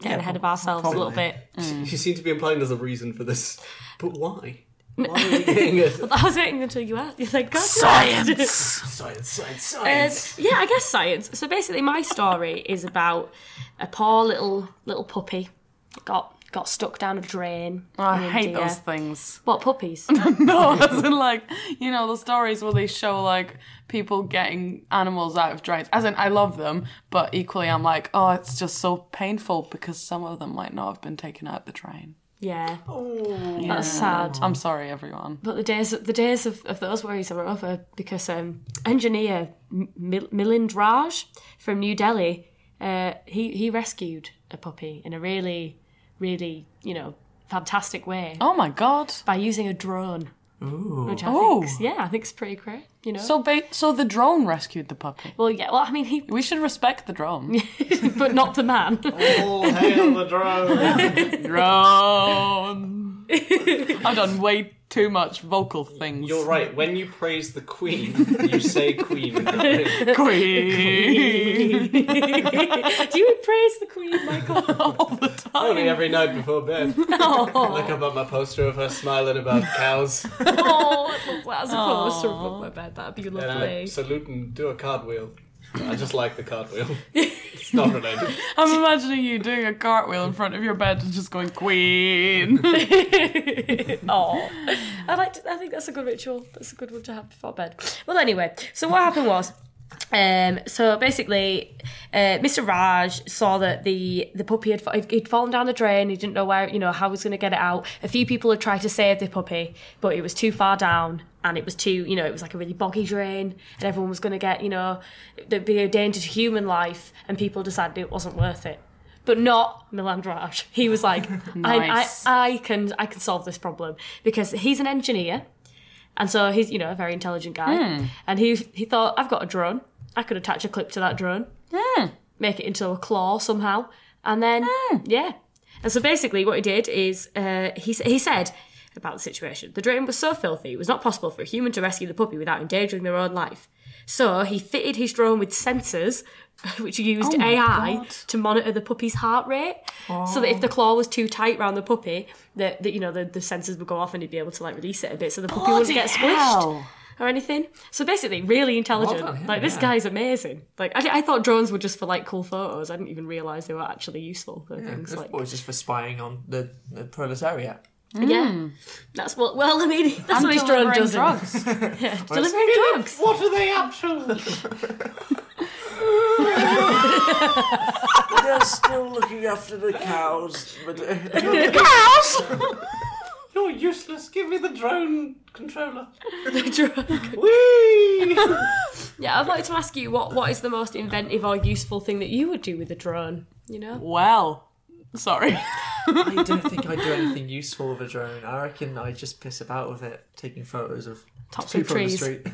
getting ahead of ourselves a little bit. you seem to be implying there's a reason for this, but why? Why are we getting it? I was waiting until you asked. You're like, God, Science. Science, science, Um, science. yeah, I guess science. So basically, my story is about a poor little little puppy got got stuck down a drain. Oh, I in hate India. those things. What puppies? No, as in like you know the stories where they show like people getting animals out of drains. As in, I love them, but equally, I'm like, oh, it's just so painful because some of them might not have been taken out the drain. yeah, Oh. Yeah. that's sad. I'm sorry, everyone. But the days, the days of, of those worries are over because um, engineer M- Mil- Milind Raj from New Delhi, uh, he he rescued a puppy in a really, really you know fantastic way Oh my god. by using a drone. Ooh. which I Oh. think's yeah, I think it's pretty great. You know, So, ba- so the drone rescued the puppy. well, yeah, well, I mean, he, We should respect the drone. but not the man. All hail the drone. Drone. I've done way too much vocal things. You're right. When you praise the queen, you say queen. in that thing. Queen. Do you praise the Queen, Michael? All the time. Only every night before bed. Look up at my poster of her smiling about cows. oh, that's a poster above my bed. That'd be And I lovely. salute and do a cartwheel. I just like the cartwheel. It's not related. I'm imagining you doing a cartwheel in front of your bed and just going Queen. Oh, I like. To, I think that's a good ritual. That's a good one to have before bed. Well, anyway, so what happened was. Um, so basically, uh, Mr. Raj saw that the the puppy had fa- he'd- he'd fallen down the drain. He didn't know where, you know, how he was going to get it out. A few people had tried to save the puppy, but it was too far down, and it was too, you know, it was like a really boggy drain, and everyone was going to get, you know, there'd be a danger to human life, and people decided it wasn't worth it. But not Milan Raj. He was like, Nice. I, I, I can I can solve this problem because he's an engineer. And so he's, you know, a very intelligent guy. And he he thought, I've got a drone. I could attach a clip to that drone, Hmm. make it into a claw somehow, and then Hmm. yeah. And so basically, what he did is uh, he s- he said about the situation. The drain was so filthy, it was not possible for a human to rescue the puppy without endangering their own life. So he fitted his drone with sensors, which Oh used my AI God. to monitor the puppy's heart rate, so that if Oh. the claw was too tight round the puppy, that, that you know the, the sensors would go off and he'd be able to like release it a bit, so the puppy wouldn't get squished or anything. So basically, really intelligent. Well done, like this yeah. guy's amazing. Like I, I thought drones were just for like cool photos. I didn't even realize they were actually useful for things like Or just for spying on the, the proletariat. yeah. That's what. Well, I mean, that's what his drone Hmm. delivering does. drugs. Delivering drugs. What are they up to? They're still looking after the cows. But, You're useless. Give me the drone controller. Drug. Whee! Yeah, I'd like to ask you what what is the most inventive or useful thing that you would do with a drone? You know. Well, sorry. I don't think I do anything useful with a drone. I reckon I just piss about with it, taking photos of Tops of people on the trees. street.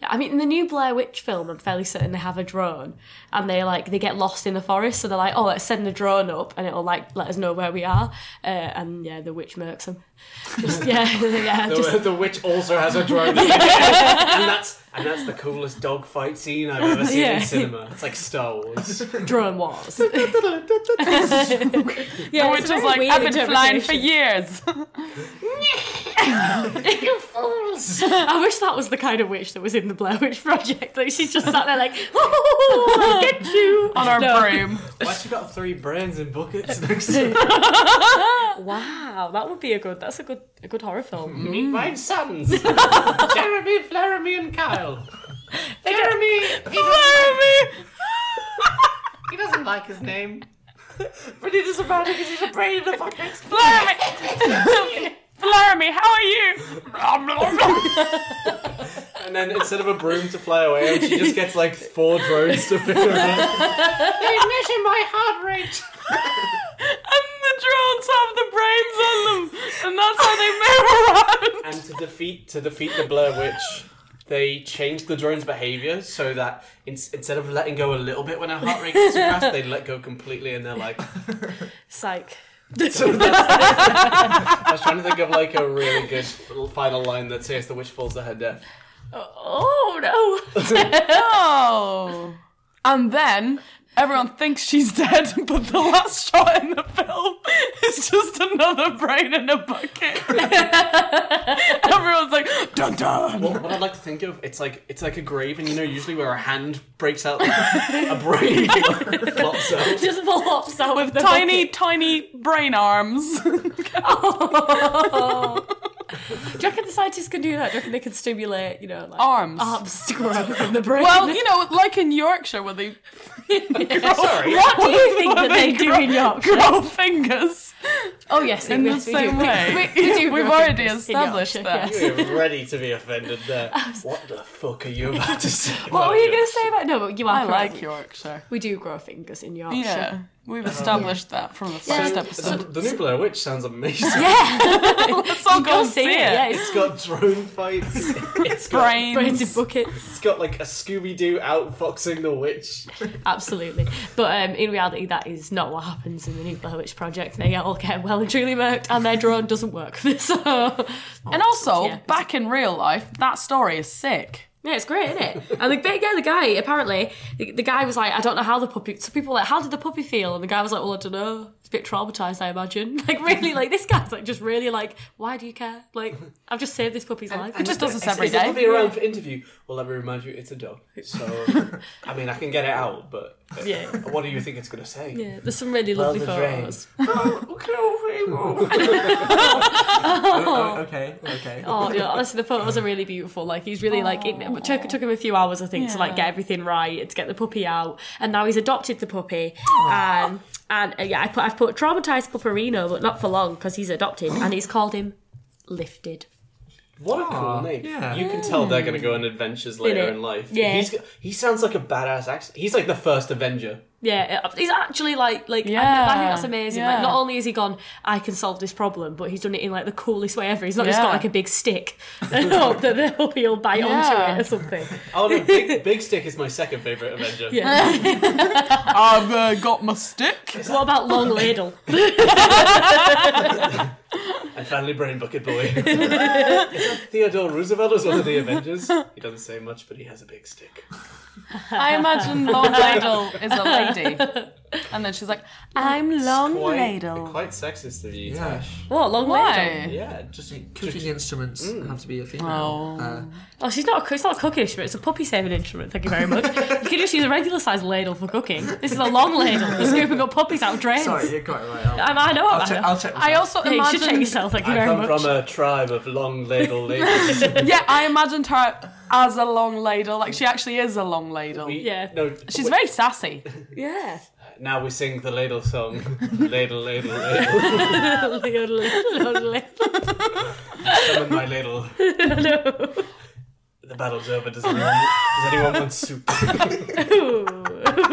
Yeah, I mean, in the new Blair Witch film, I'm fairly certain they have a drone, and they like they get lost in the forest, so they're like, "Oh, let's send the drone up, and it'll like let us know where we are." Uh, and yeah, the witch murks them. Just yeah, yeah, The, just the witch also has a drone, and that's and that's the coolest dog fight scene I've ever seen Yeah. in cinema. It's like Star Wars. drone wars. yeah, Which is like, I've been flying for years. you fools. I wish that was the kind of witch that was in the Blair Witch Project. Like she's just sat there like, "Oh, I'll get you." on our No. broom. Why she got three brands in buckets next Wow, that would be a good. That's a good a good horror film. Meet my sons, Jeremy, Flaherty, and Kyle. Jeremy, he Jeremy! he doesn't like his name. but it doesn't matter because he's a brain in the fucking Jeremy! Jeremy, how are you? And then instead of a broom to fly away, she just gets like four drones to pick her up. They measure my heart rate. and the drones have the brains on them, and that's how they move around. And to defeat to defeat the Blair Witch, they changed the drone's behavior so that in, instead of letting go a little bit when her heart rate gets too fast, they let go completely, and they're like. Psych. So that's, I was trying to think of like a really good little final line that says the witch falls to her death. Oh no. Oh. And then everyone thinks she's dead, but the last shot in the film is just another brain in a bucket. Everyone's like, dun dun. What, what I'd like to think of, it's like it's like a grave, and you know, usually where a hand breaks out, a brain flops out. just flops out with the Tiny, tiny brain arms. Oh. do you reckon the scientists can do that? Do you reckon they can stimulate, you know, like Arms. arms to grow from the brain? Oh. Well, you know, like in Yorkshire where they Sorry. what do you think that they do grow, in Yorkshire? grow fingers. Oh yes, in the yes, we same do. way. We, we do We've grow already fingers in established Yorkshire, that. yes. You're ready to be offended there. What the fuck are you about to say? What about were you your- going to say about no? But you are I correct. like Yorkshire. We do grow fingers in Yorkshire. Yeah. We've established that from the first Yeah. episode. The, the new Blair Witch sounds amazing. Let's all go, see it. Yeah, it's It's got drone fights. It's got, Brains. brains in buckets. It's got like a Scooby Doo outfoxing the witch. Absolutely. But um, in reality, that is not what happens in the new Blair Witch Project. They all get well and truly murked, and their drone doesn't work. so, And also, Yeah. back in real life, that story is sick. yeah, it's great, isn't it? And the, but yeah, the guy, apparently, the, the guy was like, I don't know how the puppy. So people were like, How did the puppy feel? And the guy was like, Well, I don't know. It's a bit traumatized, I imagine. Like, really, like, this guy's like, just really like, Why do you care? Like, I've just saved this puppy's life. It just does this It's- every it's a day. puppy around for interview. Well, let me remind you, it's a dog. So, I mean, I can get it out, but uh, Yeah. what do you think it's going to say? Yeah, there's some really Well, lovely the photos. Oh, okay, okay. Oh, yeah, honestly, the photos are really beautiful. Like, he's really, like, it, Oh. it took, took him a few hours, I think, to, like, Yeah. get everything right, and to get the puppy out. And now he's adopted the puppy. Oh. Um, and, uh, yeah, I put, I've put traumatized pupperino, but not for long, because he's adopted. And he's called him Lifted. What a cool Aw, name! yeah. You can tell they're going to go on adventures later Innit? in life. Yeah. He's, g- he sounds like a badass. Act- he's like the first Avenger. Yeah, it- he's actually, like, like I- I, think Yeah, that's amazing. yeah. Like, not only has he gone, I can solve this problem, but he's done it in, like, the coolest way ever. He's not just got, Yeah. like, a big stick and hope that the puppy will bite Yeah. onto it or something. Oh no, Big, Big Stick is my second favorite Avenger. Yeah. I've uh, got my stick. what about Long Ladle? And finally, Brain Bucket Boy. is that Theodore Roosevelt as one of the Avengers? He doesn't say much, but he has a big stick. I imagine Long Ladle is a lady. And then she's like, I'm Long Quite, Ladle. quite sexist of you, Yeah. Tash. What, Long Ladle? Why? Yeah, just Cooking instruments have to be a female. Oh. Uh, Oh, she's not. A, it's not a cooking instrument. It's a puppy saving instrument. Thank you very much. you can just use a regular sized ladle for cooking. This is a long ladle for scooping up puppies out of drains. sorry, you're quite right. I'll, Um, I know. I'll, I check, know. I'll check. this I out. also Yeah, you should check imagine. yourself. Thank you I very come much. from a tribe of long ladle ladies. Yeah, I imagined her as a long ladle. Like, she actually is a long ladle. We- Yeah. No, She's we- very sassy. yeah. Now we sing the ladle song. ladle, ladle, ladle. Ladle, ladle, ladle. Summon my ladle. The battle's over. Does anyone, does anyone want soup? I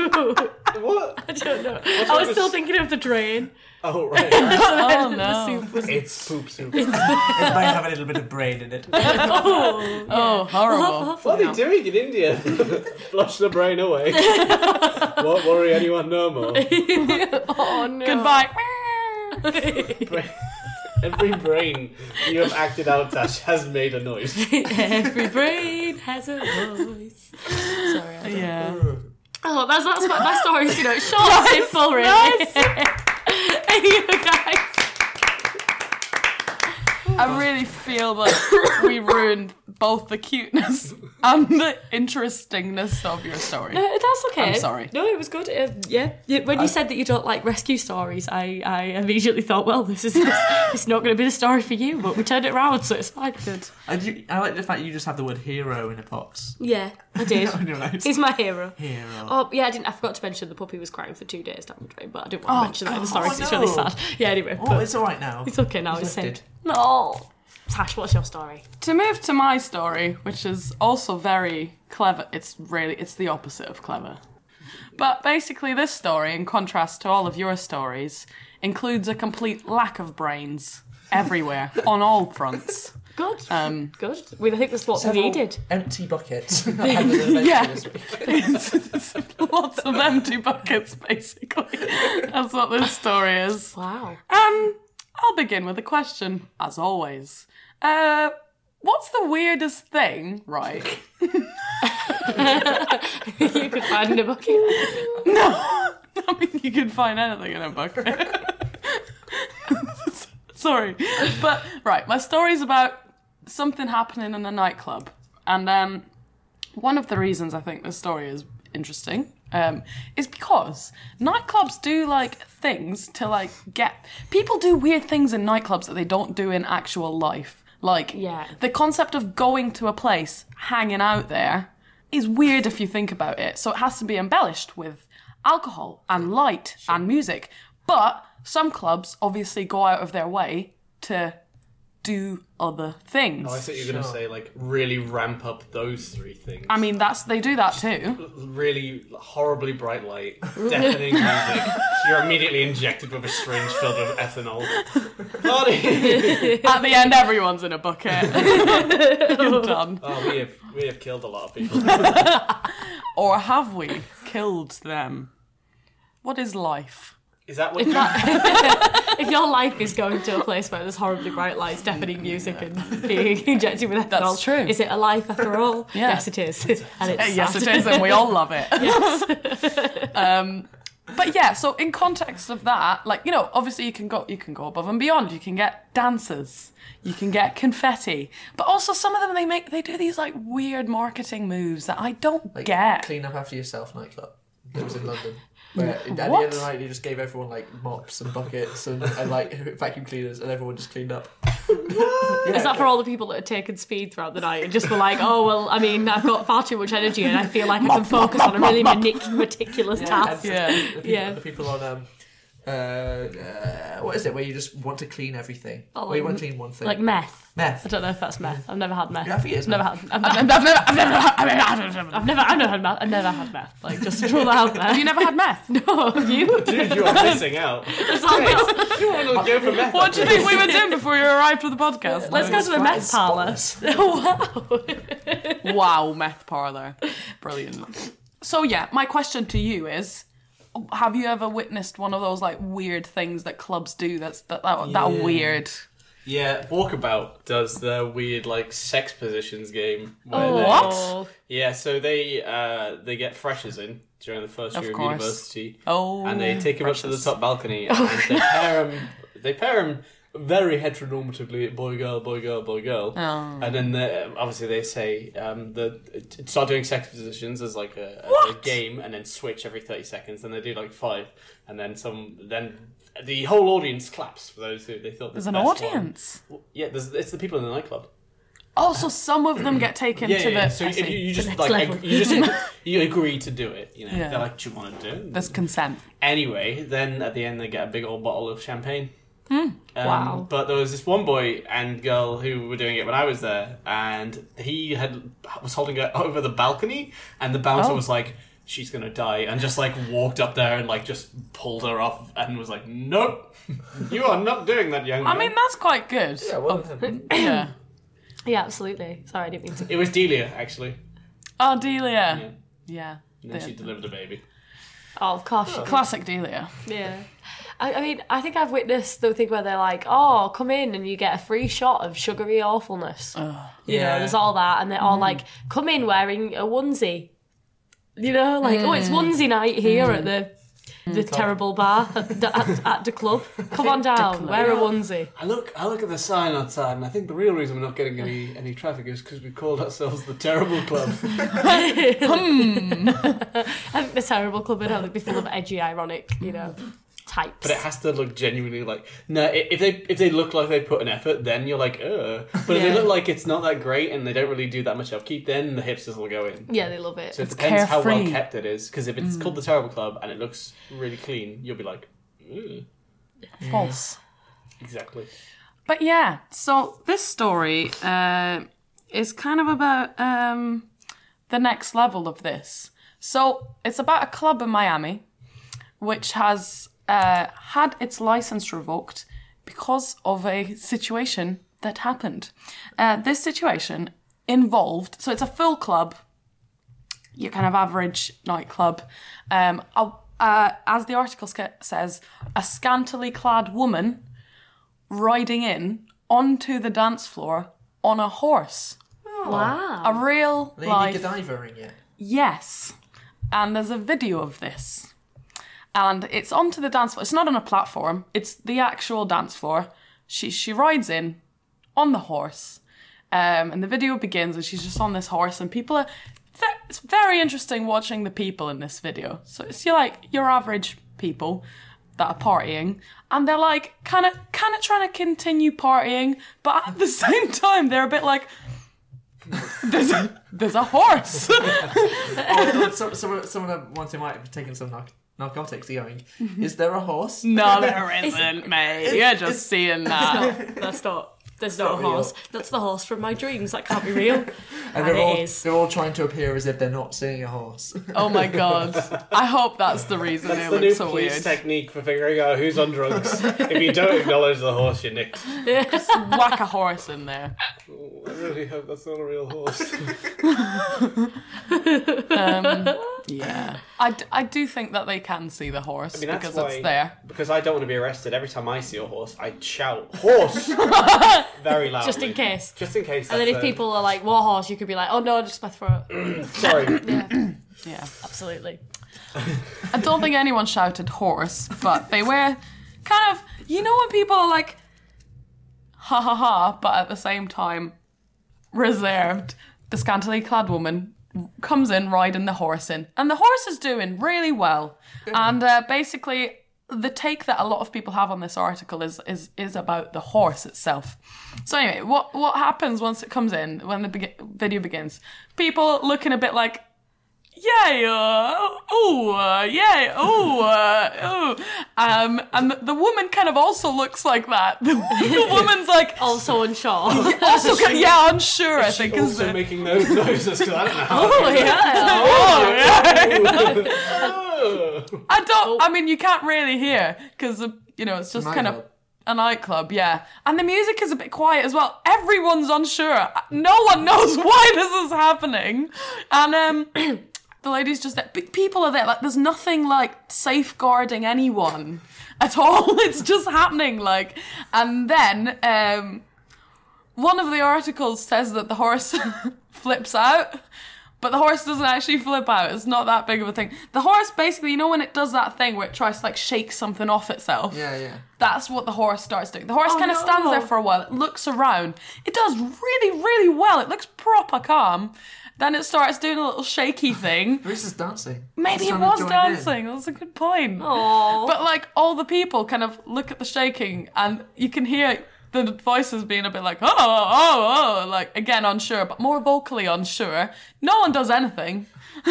what? don't know. I was still thinking of the drain. Oh, right. Oh, The no. soup was. It's poop soup. It might have a little bit of brain in it. Oh, Oh, horrible. awful. What are they doing in India? Flush the brain away. Won't worry anyone no more. Oh no. Goodbye. Every brain you have acted out, Tash, has made a noise. Every brain has a voice. Sorry. I don't- Yeah. Oh, that's that's what my story's you know. It's short, and simple, really. nice. Thank you guys. I really feel that we ruined both the cuteness and the interestingness of your story. Uh, that's okay. I'm sorry. Uh, No, it was good. Um, yeah. Yeah, When you said that you don't like rescue stories, I, I immediately thought, well, this is this, it's not going to be the story for you. But we turned it around, so it's fine. Good. And you, I like the fact you just have the word hero in a box. Yeah, I did. On your notes. He's my hero. Hero. Oh yeah, I didn't. I forgot to mention the puppy was crying for two days down the drain, but I didn't want to Oh, mention that in God. the story. 'cause Oh, It's really no. sad. Yeah. Anyway, Oh, but it's all right now. it's okay now. It's lifted. saved. No. Tash, what's your story? to move to my story, which is also very clever. It's really it's the opposite of clever. But basically this story in contrast to all of your stories includes a complete lack of brains everywhere on all fronts. Good. Um, good. We, I think that's what Several we needed. Empty buckets. I had an adventure Yeah. this week. Lots of empty buckets basically. That's what this story is. Wow. Um, I'll begin with a question, as always. Uh, what's the weirdest thing, right? you could find in a bucket. no, I mean you can find anything in a bucket. Sorry, but right, my story's about something happening in a nightclub, and um, one of the reasons I think this story is interesting um, is because nightclubs do like things to like get people do weird things in nightclubs that they don't do in actual life. Like Yeah. the concept of going to a place, hanging out there, is weird if you think about it. So it has to be embellished with alcohol and light and music. But some clubs obviously go out of their way to do other things. Oh, I thought you were going to say like really ramp up those three things. I mean, that's they do that too. really horribly bright light, deafening music. You're immediately injected with a strange film of ethanol. Bloody! At the end, everyone's in a bucket. You're done. oh, we have we have killed a lot of people. Or have we killed them? What is life? Is that what? you If your life is going to a place where there's horribly bright lights, deafening music, and being injected with ethanol, That's true. Is it a life after all? Yeah. Yes, it is. and Uh, it's yes, sad. it is, and we all love it. um, but yeah, so in context of that, like you know, obviously you can go you can go above and beyond. You can get dancers, you can get confetti, but also some of them they make they do these like weird marketing moves that I don't Like, get. clean up after yourself nightclub. It was in London. Where at the What? end of the night, they just gave everyone like mops and buckets and, and like vacuum cleaners, and everyone just cleaned up. Is that for all the people that had taken speed throughout the night and just were like, oh, well, I mean, I've got far too much energy and I feel like I can focus on a really manic- meticulous task? Yeah. The people, Yeah. the people on um, uh, uh, what is it where you just want to clean everything? Oh, where you like want to clean one thing? Like meth. meth. I don't know if that's meth. I've never had meth. Yeah, I think it is Never meth. had. I've I've never, never, I've never, I've never, I've never- I've never, I've never had meth. I've never had meth. Like just to throw that out there. Have you never had meth? No, have you? Dude, you are missing out. It's obvious. You want to go for meth? What do you think we were doing before you arrived for the podcast? Let's go to a Flat meth and parlour. spotless. wow. wow, meth parlor. Brilliant. So yeah, my question to you is have you ever witnessed one of those like weird things that clubs do that's that that, that Yeah. weird Yeah, Walkabout does their weird like sex positions game. Where Oh, they- what? Yeah, so they uh, they get freshers in during the first Of year of course. university. Oh, and they take him up to the precious. top balcony and they pair him. They pair him very heteronormatively at boy girl boy girl boy girl. Oh. And then they, obviously they say um, that start doing sex positions as like a, a, a game, and then switch every thirty seconds. And they do like five, and then some. Then the whole audience claps for those who they thought. there's the an best one. audience. Yeah, there's, it's the people in the nightclub. Oh, so some of them get taken Yeah, to yeah, yeah. the So I if you, see. you just next like level. ag- you just you agree to do it, you know. Yeah. They're like, "Do you want to do it?" there's consent. Anyway, then at the end they get a big old bottle of champagne. Hmm. Um, Wow. But there was this one boy and girl who were doing it when I was there, and he had was holding her over the balcony, and the bouncer Oh. was like, "She's gonna die," and just like walked up there and like just pulled her off and was like, "Nope, you are not doing that, young." I man." mean, that's quite good. Oh, Yeah, well, um, yeah. Yeah, absolutely. Sorry, I didn't mean to. it was Delia actually. Oh, Delia. Yeah. Yeah. And then The- she delivered a baby. Oh, of course. you Classic Delia. Yeah. I, I mean, I think I've witnessed the thing where they're like, oh, come in and you get a free shot of sugary awfulness. you know, there's all that. And they're all like, come in wearing a onesie. You know, like, oh, it's onesie night here at the Mm, the terrible bar at, at, at the club. Come on down, wear a onesie. I look, I look at the sign outside, and I think the real reason we're not getting any any traffic is because we called ourselves the Terrible Club. Hmm. I think the terrible club would have to be full of edgy, ironic, you know, types. But it has to look genuinely like no. i- If they if they look like they put an effort, then you're like, ugh. But if they Yeah. look like it's not that great and they don't really do that much upkeep, then the hipsters will go in. yeah, they love it. So it depends how well carefree. Mm. kept it is. Because if it's called the Terrible Club and it looks really clean, you'll be like, "Ugh." False. exactly. But yeah, so this story uh, is kind of about um, the next level of this. So it's about a club in Miami which has uh, had its license revoked because of a situation that happened. Uh, this situation involved, so it's a full club, your kind of average nightclub. Um, a- uh, as the article sca- says, a scantily clad woman riding in onto the dance floor on a horse. wow. A real Lady life. Godiva in it. Yes. And there's a video of this. And it's onto the dance floor. It's not on a platform, it's the actual dance floor. She she rides in on the horse. Um, and the video begins and she's just on this horse and people are ve- it's very interesting watching the people in this video. So it's your like your average people that are partying and they're like kind of kind of trying to continue partying, but at the same time they're a bit like there's a, there's a horse. Oh, so, someone, someone once who might have taken some narc- narcotics going, Mm-hmm. is there a horse? Mm, No, there isn't, mate. You're just seeing that. That's not. There's not a not real. horse. That's the horse from my dreams. That can't be real. And, and they're, it all, is. they're all trying to appear as if they're not seeing a horse. Oh my god. I hope that's the reason That's it the new looks so police weird. technique for figuring out who's on drugs. if you don't acknowledge the horse, you're nicked. Whack a horse in there. I really hope that's not a real horse. Yeah. I, d- I do think that they can see the horse mean, that's because why- it's there. because I don't want to be arrested. Every time I see a horse, I shout "horse" very loudly, Just in case. Just in case. And then that's if a- people are like, what horse? You could be like, oh no, just my throat. sorry, Yeah, Yeah. absolutely. I don't think anyone shouted horse, but they were kind of, you know, when people are like, ha ha ha, but at the same time, reserved. The scantily clad woman comes in riding the horse in, and the horse is doing really well. And uh, basically, the take that a lot of people have on this article is is is about the horse itself. So anyway, what what happens once it comes in when the be- video begins? People looking a bit like yay, uh, oh, uh, yay, oh, uh, oh. Um, and the, the woman kind of also looks like that. The, the woman's like, Also unsure. Oh, also, kind yeah, unsure, I think, is also it? making those noises because I don't know how. oh yeah. Oh, yeah. Oh. I don't, I mean, you can't really hear because, you know, it's just kind of. Nightclub. A nightclub, yeah. And the music is a bit quiet as well. Everyone's unsure. No one knows why this is happening. And um, the lady's just there. P- people are there. Like, there's nothing like safeguarding anyone at all. It's just happening. Like, and then um, one of the articles says that the horse flips out. But the horse doesn't actually flip out. It's not that big of a thing. The horse basically, you know, when it does that thing where it tries to like shake something off itself. Yeah, yeah. That's what the horse starts doing. The horse Oh, kind of no. stands there for a while. It looks around. It does really, really well. It looks proper calm. Then it starts doing a little shaky thing. This is dancing. Maybe It's it trying to was join in. dancing. That's a good point. Aw. But like all the people kind of look at the shaking and you can hear the voices being a bit like, oh, oh, oh, like again unsure, but more vocally unsure. No one does anything.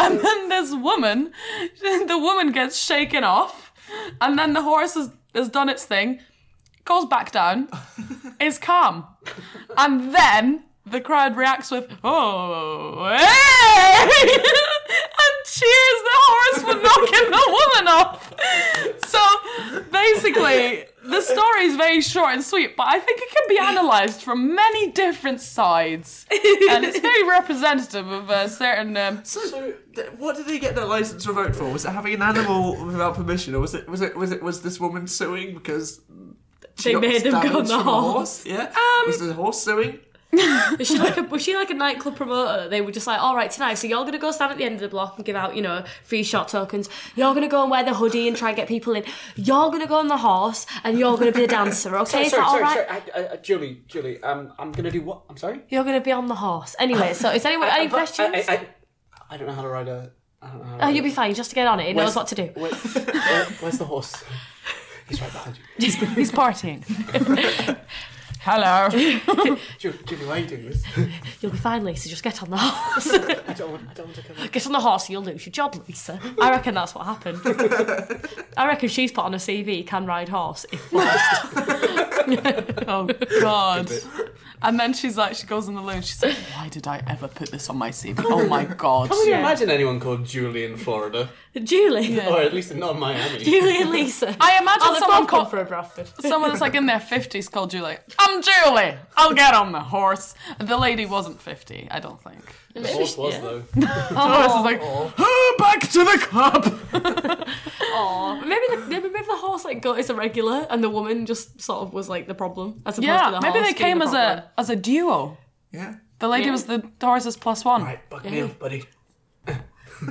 and then this woman, the woman gets shaken off, and then the horse has, has done its thing, goes back down, is calm. And then the crowd reacts with, oh, hey! and cheers the horse for knocking the woman off. So basically, the story is very short and sweet, but I think it can be analysed from many different sides. And it's very representative of a certain. Um, So, th- what did they get their license revoked for? Was it having an animal without permission, or was it was it was it was this woman suing because she They got made them go damage on the from a horse. Yeah, was the horse suing? Is she like a, was she like a nightclub promoter? They were just like, all right, tonight, so you're going to go stand at the end of the block and give out, you know, free shot tokens. You're going to go and wear the hoodie and try and get people in. You're going to go on the horse and you're going to be the dancer, okay? Sorry, Is that all sorry, right? sorry. I, I, I- Julie, Julie, um, I'm gonna do what? I'm sorry. You're going to be on the horse. Anyway, so is anyone, any But questions? I, I, I, I don't know how to ride a. I don't know how to oh, ride you'll be fine. Just to get on it. It knows Where's- what to do. Where, where- where's the horse? He's right behind you. he's partying. Hello. Julie, Julie, why are you doing this? You'll be fine, Lisa. Just get on the horse. I don't want. I don't want to come. in. get on the horse and you'll lose your job, Lisa. I reckon that's what happened. I reckon she's put on a CV, can ride horse, if Oh, God. And then she's like, she goes in the loo and she's like, why did I ever put this on my CV? Oh, my God. Can you Yeah. imagine anyone called Julie in Florida, Julie. or at least not in Miami? Julie and Lisa. I imagine they've someone both come called. for a Bradford. Someone that's like in their 50s called Julie. I'm Julie. I'll get on the horse. The lady wasn't 50, I don't think. The horse was though. Oh. The horse is like, "Ah, back to the club. Aw, maybe the, maybe maybe the horse like got is a regular, and the woman just sort of was like the problem. As opposed to Yeah, the maybe horse they being came the as problem. a as a duo. Yeah. The lady Yeah. was the horse's plus one. Right, bug me off, buddy.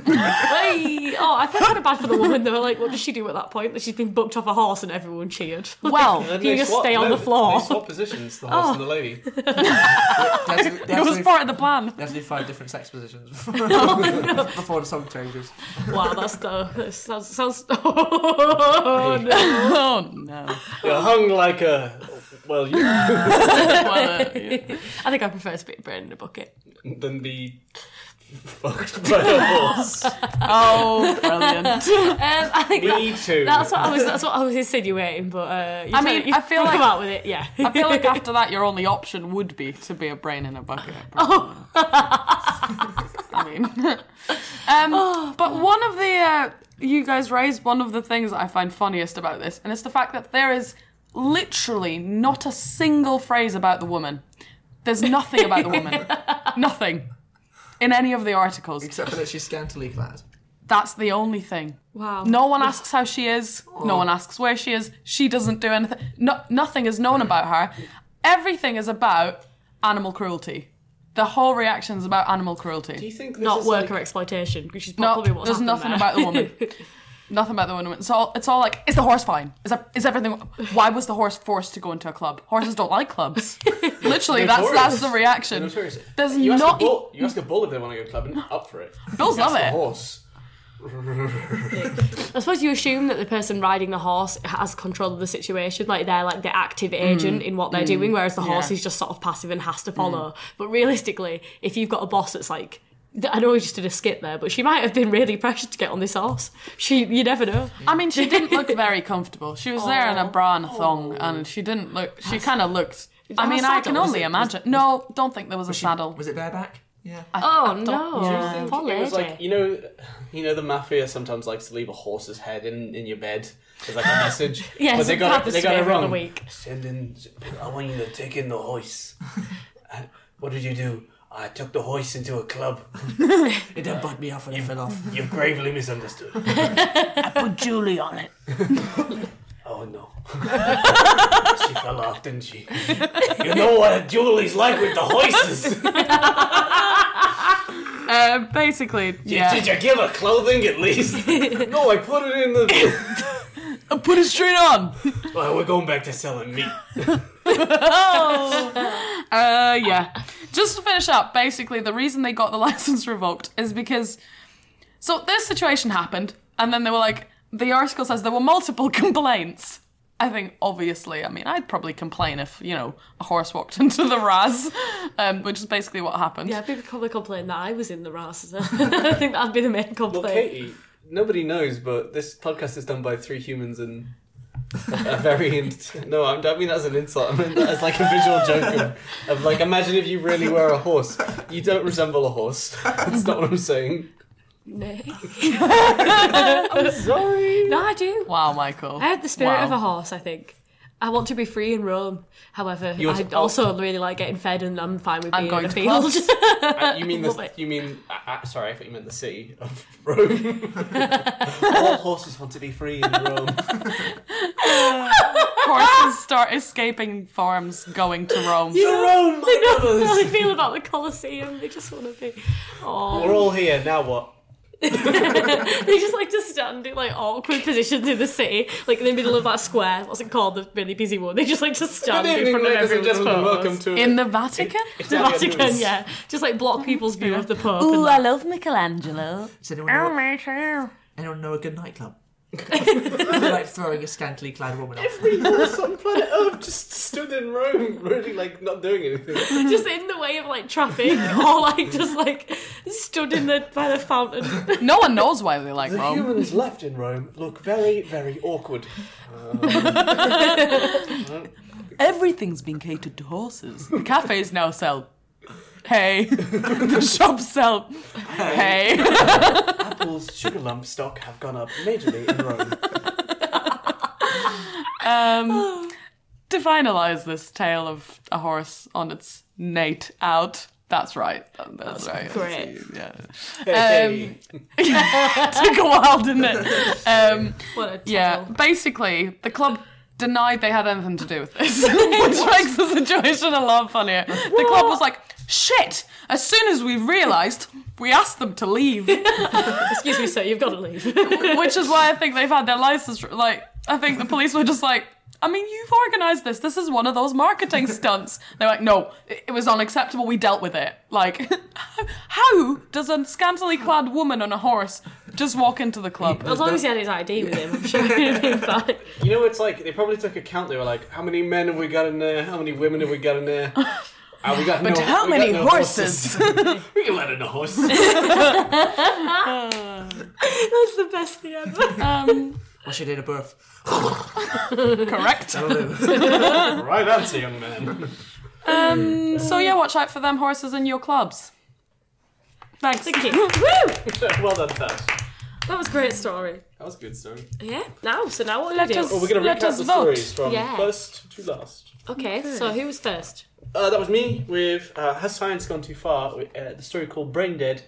Hey! Oh, I feel kind of bad for the woman though. Like, what does she do at that point? That she's been booked off a horse and everyone cheered. Well, You They just swap- stay on no, the floor. They swap positions, the horse and the lady. They had to- they it had to was do- part of the plan. they had to do five different sex positions before, before the song changes. wow, that's the that sounds sounds. Oh, no. Oh no. You're hung like a. Well, you Well, uh, yeah. I think I prefer to be a bird in a bucket. than the fucked by a horse. Oh, brilliant. Um, I think that- Me too. that's what I was. That's what I was insinuating. But uh, you I said mean, it, you I feel you like- come out with it. Yeah, I feel like after that, your only option would be to be a brain in a bucket. Oh. I mean, um, but one of the uh, you guys raised one of the things that I find funniest about this, and it's the fact that there is literally not a single phrase about the woman. There's nothing about the woman. nothing. In any of the articles. Except for that she's scantily clad. That's the only thing. wow. No one asks how she is. No one asks where she is. She doesn't do anything. No, nothing is known about her. Everything is about animal cruelty. The whole reaction is about animal Do cruelty. you think this not is worker like- exploitation, which is No, probably what. there's nothing about the woman. nothing about the woman. It's all. It's all like, is the horse fine? Is that, is everything? Why was the horse forced to go into a club? Horses don't like clubs. Literally, that's that's the reaction. Notorious. There's you ask not. e- e, a bull, you ask a bull if they want to go clubbing. Up for it. Bulls You ask love a it. Horse. I suppose you assume that the person riding the horse has control of the situation, like they're like the active agent in what they're doing, whereas the horse Mm. Yeah. Mm. is just sort of passive and has to follow. But realistically, if you've got a boss that's like, I know we just did a skip there, but she might have been really pressured to get on this horse. She, you never know. I mean, she didn't look very comfortable. She was there in a Aw. bra and a thong, and she didn't look. She kind of looked. I a mean, I saddle, can was only it? imagine. no, don't think there was a She- saddle. Was it bareback? Yeah. I Oh don't- no! Do you I think Poor it was lady. like you know, you know the mafia sometimes likes to leave a horse's head in, in your bed as like a message. Yes, but they it got it, happens they to got me it every other wrong. week. Send in. I want you to take in the horse. Uh, what did you do? I took the horse into a club. It didn't bite me off when it fell off. You've gravely misunderstood. put Julie on it. Oh no. she fell off, didn't she? You know what Julie's like with the horses. Uh, basically, Did yeah. you give her clothing at least? no, I put it in the. put it straight on. well, we're going back to selling meat. Uh, yeah. Just to finish up, basically, the reason they got the license revoked is because. So this situation happened, and then they were like, the article says there were multiple complaints. I think obviously, I mean, I'd probably complain if you know a horse walked into the Raz, um, which is basically what happened. Yeah, people probably complain that I was in the rass. I think that'd be the main complaint. Well, Katie, nobody knows, but this podcast is done by three humans and a very. In- no, I'm, I mean that's an insult. I mean that's like a visual joke of, of like, imagine if you really were a horse. You don't resemble a horse. That's not what I'm saying. No. Sorry. no, I do. Wow, Michael. I had the spirit Wow. of a horse, I think. I want to be free in Rome. However, You want I to- also really like getting fed and I'm fine with I'm being going in a to field. clubs. you mean Love the, it. you mean? Uh, uh, sorry, I thought you meant the city of Rome. All horses want to be free in Rome. Horses start escaping farms, going to Rome. to Rome, my they know how they brothers. feel about the Colosseum. They just want to be. Oh, We're all here now. What? they just like to stand in like awkward positions in the city, like in the middle of that square. What's it called? The really busy one. They just like to stand in front of everyone's photos. to In the Vatican? The Vatican, yeah, just like block people's view of the Pope. and that. love Michelangelo. Does anyone know, anyone know a good nightclub? I feel like throwing a scantily clad woman off. Every horse on planet Earth just stood in Rome, really like not doing anything. just in the way of like traffic, or like just like stood in the by the fountain. No one knows why they like The Rome. humans left in Rome look very, very awkward. Everything's been catered to horses. The cafes now sell hay. the shops sell hay. Apples, sugar lump stock have gone up majorly in Rome. Um, to finalise this tale of a horse on its nate out. That's right. That's, right. great. Yeah. Um, Hey, Took a while, didn't it? Um, What a yeah. title. Basically, the club denied they had anything to do with this, which makes the situation a lot funnier. The club was like, "Shit!" As soon as we realised, we asked them to leave. Excuse me, sir, you've got to leave. which is why I think they've had their license. Like, I think the police were just like, I mean, you've organised this. This is one of those marketing stunts. They're like, no, it it was unacceptable. We dealt with it. Like, how does a scantily clad woman on a horse just walk into the club? As long as he had his ID with him, I'm sure he'd be fine. you know it's like they probably took a count. They were like, "How many men have we got in there? How many women have we got in there?" Ah, we got But no- how we got many no horses? we can let in a horse. That's the best thing ever. um, Well, she did a birth. correct. right answer, young man. Um, so yeah, watch out for them horses in your clubs. Thanks. Thank you. well done, Tash. That was a great story. That was a good story. Yeah. Now, so now what Let do we us- do? Well, Oh, we're going to Let recap the us vote. stories from Yeah. first to last. Okay, so who was first? Uh, that was me with uh, Has Science Gone Too Far? Uh, the story called Brain Dead.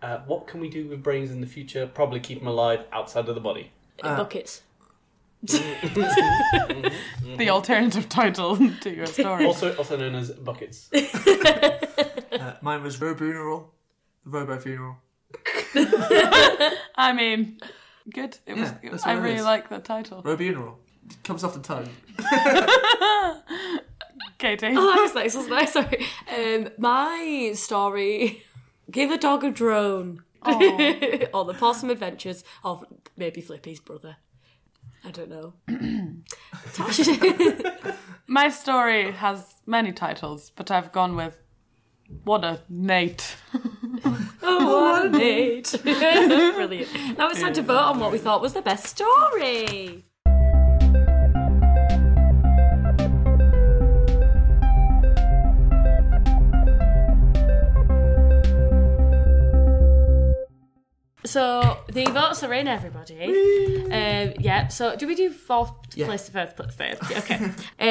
Uh, what can we do with brains in the future? Probably keep them alive outside of the body. Uh, Buckets. The alternative title to your story. Also, also known as buckets. Uh, mine was Robuneral, the Robo Funeral. I mean, good. It was. Yeah, that's I what it really is. like the title. Robuneral. It comes off the tongue. Katie. Oh, that was nice, wasn't I? Sorry. Um, my story. Give a dog a drone. or the possum adventures of maybe Flippy's brother. I don't know. Tasha. My story has many titles, but I've gone with what a Nate. oh, what Nate. Brilliant. Now it's time to vote on what we thought was the best story. So the votes are in, everybody. Um, yeah. So do we do fourth Yeah. place to first place? Third? Okay.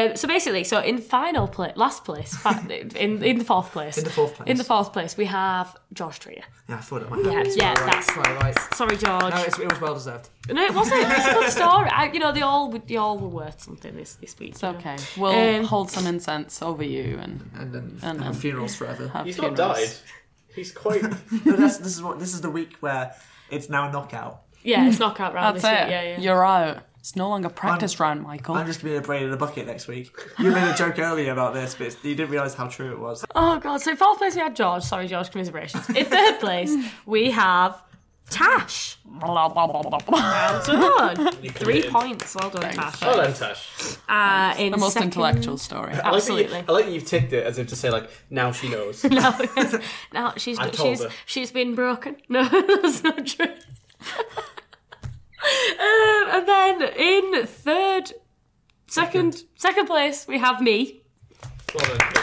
um, so basically, so in final place, last place, fa- in in the fourth place, In the fourth place. in the fourth place, we have Josh Trier. Yeah, I thought it might happen. It's yeah, my right. that's- It's my right. Sorry, George. No, it's, it was well deserved. No, it wasn't. It's a good story. I, you know, they all would- they all were worth something this this week. It's you know. okay. We'll Um, hold some incense over you and And then And and then- funerals forever. have He's not funerals. died. He's quite. no, that's, this is what this is the week where it's now a knockout. Yeah, it's knockout round That's it. this week. Yeah, yeah. You're out. It's no longer practice round, Michael. I'm just gonna be a brain in a bucket next week. You made a joke earlier about this, but it's- you didn't realise how true it was. Oh god. So in fourth place we had George. Sorry, George. Commiserations. In third place we have Tash. Blah, blah, blah, blah, blah. Well done. You Three committed. points. Well done, Tash. Well done, Tash. Uh, in the most second- intellectual story. I like that you- Absolutely. I like that you've ticked it as if to say, like, now she knows. No, no, she's I told she's her. she's been broken. No, that's not true. um, and then in third, second, second place we have me. well done, Katie.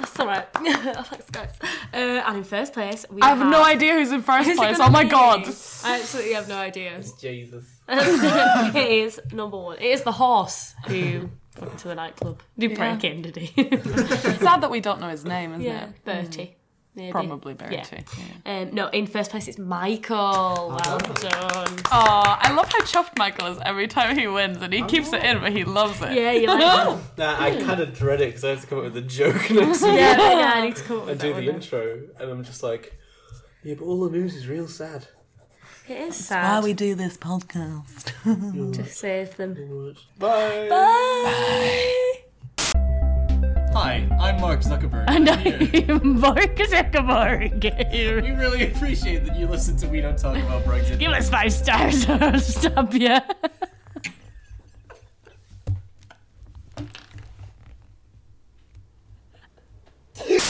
That's all right. Oh, Thanks, guys. Uh, and in first place, we I have no idea who's in first Who's it place. gonna Oh my be? god. I absolutely have no idea. Jesus. it is number one. It is the horse who went to the nightclub. Did Yeah. break in, did he? It's sad that we don't know his name, isn't yeah, it? Bertie. Maybe. Mm. Probably Bertie. Yeah. yeah. Um, no, in first place it's Oh, Michael. Well done. Aw, I love how chuffed Michael is every time he wins, and he keeps it in, but he loves it. Yeah, you like that? Nah, I kind of dread it because I have to come up with a joke next Oh! week. yeah, but yeah, I need to come I up with do that the one. intro, and I'm just like, yeah, but all the news is real sad. It is sad. do this podcast. to save them. Bye. Hi, I'm Mark Zuckerberg. I know you Mark Zuckerberg. We really appreciate that you listen to We Don't Talk About Brexit. Give us five stars or I'll stop you.